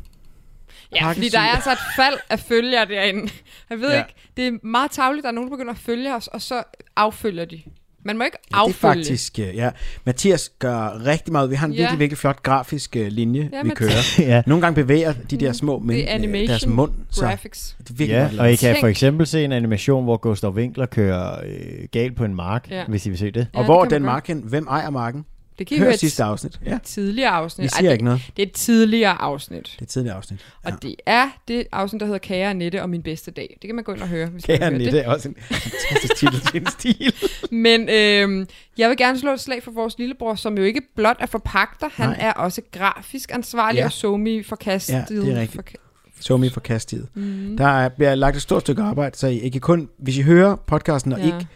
[SPEAKER 7] Ja, fordi
[SPEAKER 6] Pakkesyg.
[SPEAKER 7] der er altså et fald af følger derinde. Jeg ved
[SPEAKER 6] Ja.
[SPEAKER 7] ja. ikke, det er meget tavligt, der er nogen, der begynder at følge os, og så affølger de. Man må ikke
[SPEAKER 6] Ja, det er
[SPEAKER 7] affølge.
[SPEAKER 6] faktisk, øh, ja. Mathias gør rigtig meget. Vi har en
[SPEAKER 7] Ja.
[SPEAKER 6] virkelig, virkelig flot grafisk øh, linje,
[SPEAKER 7] Ja,
[SPEAKER 6] vi
[SPEAKER 7] Mathias. Mm.
[SPEAKER 6] kører.
[SPEAKER 8] ja.
[SPEAKER 6] Nogle gange bevæger de der små men,
[SPEAKER 7] det er animation,
[SPEAKER 6] deres mund, så
[SPEAKER 7] Graphics.
[SPEAKER 6] det er virkelig godt
[SPEAKER 8] ja, og I
[SPEAKER 6] lavet.
[SPEAKER 8] kan
[SPEAKER 7] Tænk.
[SPEAKER 8] for eksempel se en animation, hvor Gustav Winkler kører øh, galt på en mark,
[SPEAKER 7] Ja.
[SPEAKER 8] hvis I vil se det.
[SPEAKER 6] Og
[SPEAKER 7] Ja, det
[SPEAKER 6] hvor
[SPEAKER 7] kan man
[SPEAKER 6] den
[SPEAKER 7] godt.
[SPEAKER 6] mark hen? Hvem ejer marken?
[SPEAKER 7] Det kan I
[SPEAKER 6] Hør
[SPEAKER 7] høre et
[SPEAKER 6] sidste afsnit. Ja,
[SPEAKER 7] tidligere afsnit.
[SPEAKER 6] vi
[SPEAKER 7] Ej,
[SPEAKER 6] siger
[SPEAKER 7] det,
[SPEAKER 6] ikke noget.
[SPEAKER 7] det er et tidligere afsnit.
[SPEAKER 6] Det er et tidligere afsnit.
[SPEAKER 7] Og det er det afsnit, der hedder Kære Nette og min bedste dag. Det kan man gå ind og høre, hvis man
[SPEAKER 6] Kære
[SPEAKER 7] vil høre
[SPEAKER 6] Nette er også en fantastisk titel til en stil.
[SPEAKER 7] det. Men øhm, jeg vil gerne slå et slag for vores lillebror, som jo ikke blot er forpagter, han
[SPEAKER 6] Nej.
[SPEAKER 7] er også grafisk ansvarlig
[SPEAKER 6] Ja.
[SPEAKER 7] og somi forkastet.
[SPEAKER 6] Ja, det er rigtigt.
[SPEAKER 7] Forka-
[SPEAKER 6] Tommy for kastet.
[SPEAKER 9] Mm-hmm.
[SPEAKER 6] Mm. Der er- bliver lagt et stort stykke arbejde, så I ikke kun, hvis I hører podcasten og
[SPEAKER 7] Ja.
[SPEAKER 6] ikke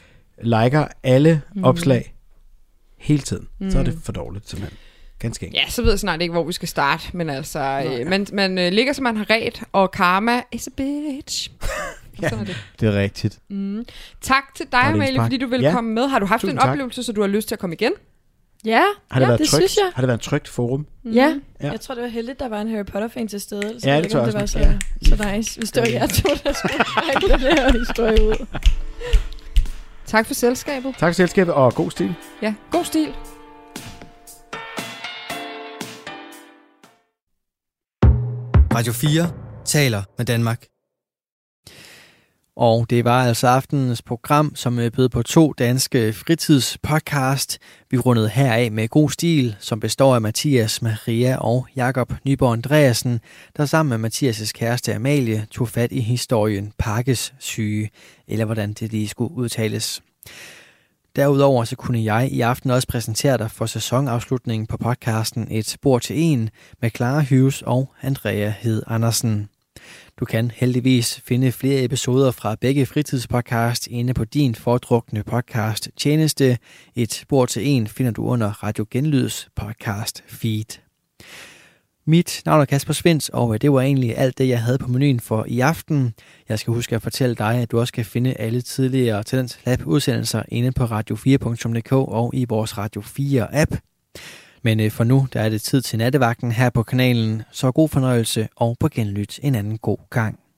[SPEAKER 6] liker alle
[SPEAKER 9] Mm-hmm.
[SPEAKER 6] opslag hele tiden, så er det
[SPEAKER 9] Mm.
[SPEAKER 6] for dårligt simpelthen. Ganske enkelt.
[SPEAKER 7] Ja, så ved jeg snart ikke, hvor vi skal starte, men altså, øh, man, man øh, ligger, som man har ret, og karma is a
[SPEAKER 6] *laughs*
[SPEAKER 7] bitch. ja. Sådan er det.
[SPEAKER 8] Det er rigtigt.
[SPEAKER 7] Tak til dig,
[SPEAKER 6] Var det en
[SPEAKER 7] Amalie,
[SPEAKER 6] spark?
[SPEAKER 7] fordi du ville
[SPEAKER 6] Ja.
[SPEAKER 7] ja. komme med. Har du haft
[SPEAKER 6] Tusind
[SPEAKER 7] en
[SPEAKER 6] tak.
[SPEAKER 7] oplevelse, så du har lyst til at komme igen?
[SPEAKER 9] Ja,
[SPEAKER 6] Har det
[SPEAKER 9] ja
[SPEAKER 6] været
[SPEAKER 9] det
[SPEAKER 6] trygt?
[SPEAKER 9] synes jeg.
[SPEAKER 6] Har det været et trygt forum?
[SPEAKER 9] Ja.
[SPEAKER 6] Ja.
[SPEAKER 9] Mm. Jeg tror, det var heldigt, der var en Harry Potter-fan til stede. ellers
[SPEAKER 6] Ja,
[SPEAKER 9] ved jeg
[SPEAKER 6] det
[SPEAKER 9] ikke,
[SPEAKER 6] tror
[SPEAKER 9] om
[SPEAKER 6] jeg
[SPEAKER 9] det var
[SPEAKER 6] også,
[SPEAKER 9] så,
[SPEAKER 6] ja.
[SPEAKER 9] så nice, hvis det var jer to, der
[SPEAKER 6] *laughs*
[SPEAKER 9] skulle trække den her historie ud.
[SPEAKER 7] Tak for selskabet.
[SPEAKER 6] Tak for selskabet, og god stil.
[SPEAKER 7] Ja, god stil.
[SPEAKER 1] Radio 4 taler med Danmark. Og det var altså aftenens program, som øh, bød på to danske fritidspodcast. Vi rundede heraf med god stil, som består af Mathias, Maria og Jakob Nyborg Andreasen, der sammen med Mathias' kæreste Amalie tog fat i historien Parkes syge, eller hvordan det lige skulle udtales. Derudover så kunne jeg i aften også præsentere dig for sæsonafslutningen på podcasten Et spor til en med Clara Hughes og Andrea Hed Andersen. Du kan heldigvis finde flere episoder fra begge fritidspodcast inde på din foretrukne podcast tjeneste. Et bord til en finder du under Radio Genlyds podcast feed. Mit navn er Kasper Svens, og øh, det var egentlig alt det, jeg havde på menuen for i aften. Jeg skal huske at fortælle dig, at du også kan finde alle tidligere Talent Lab udsendelser inde på radio4.dk og i vores Radio 4-app. Men øh, for nu, der er det tid til nattevagten her på kanalen, så god fornøjelse og på genlyt en anden god gang.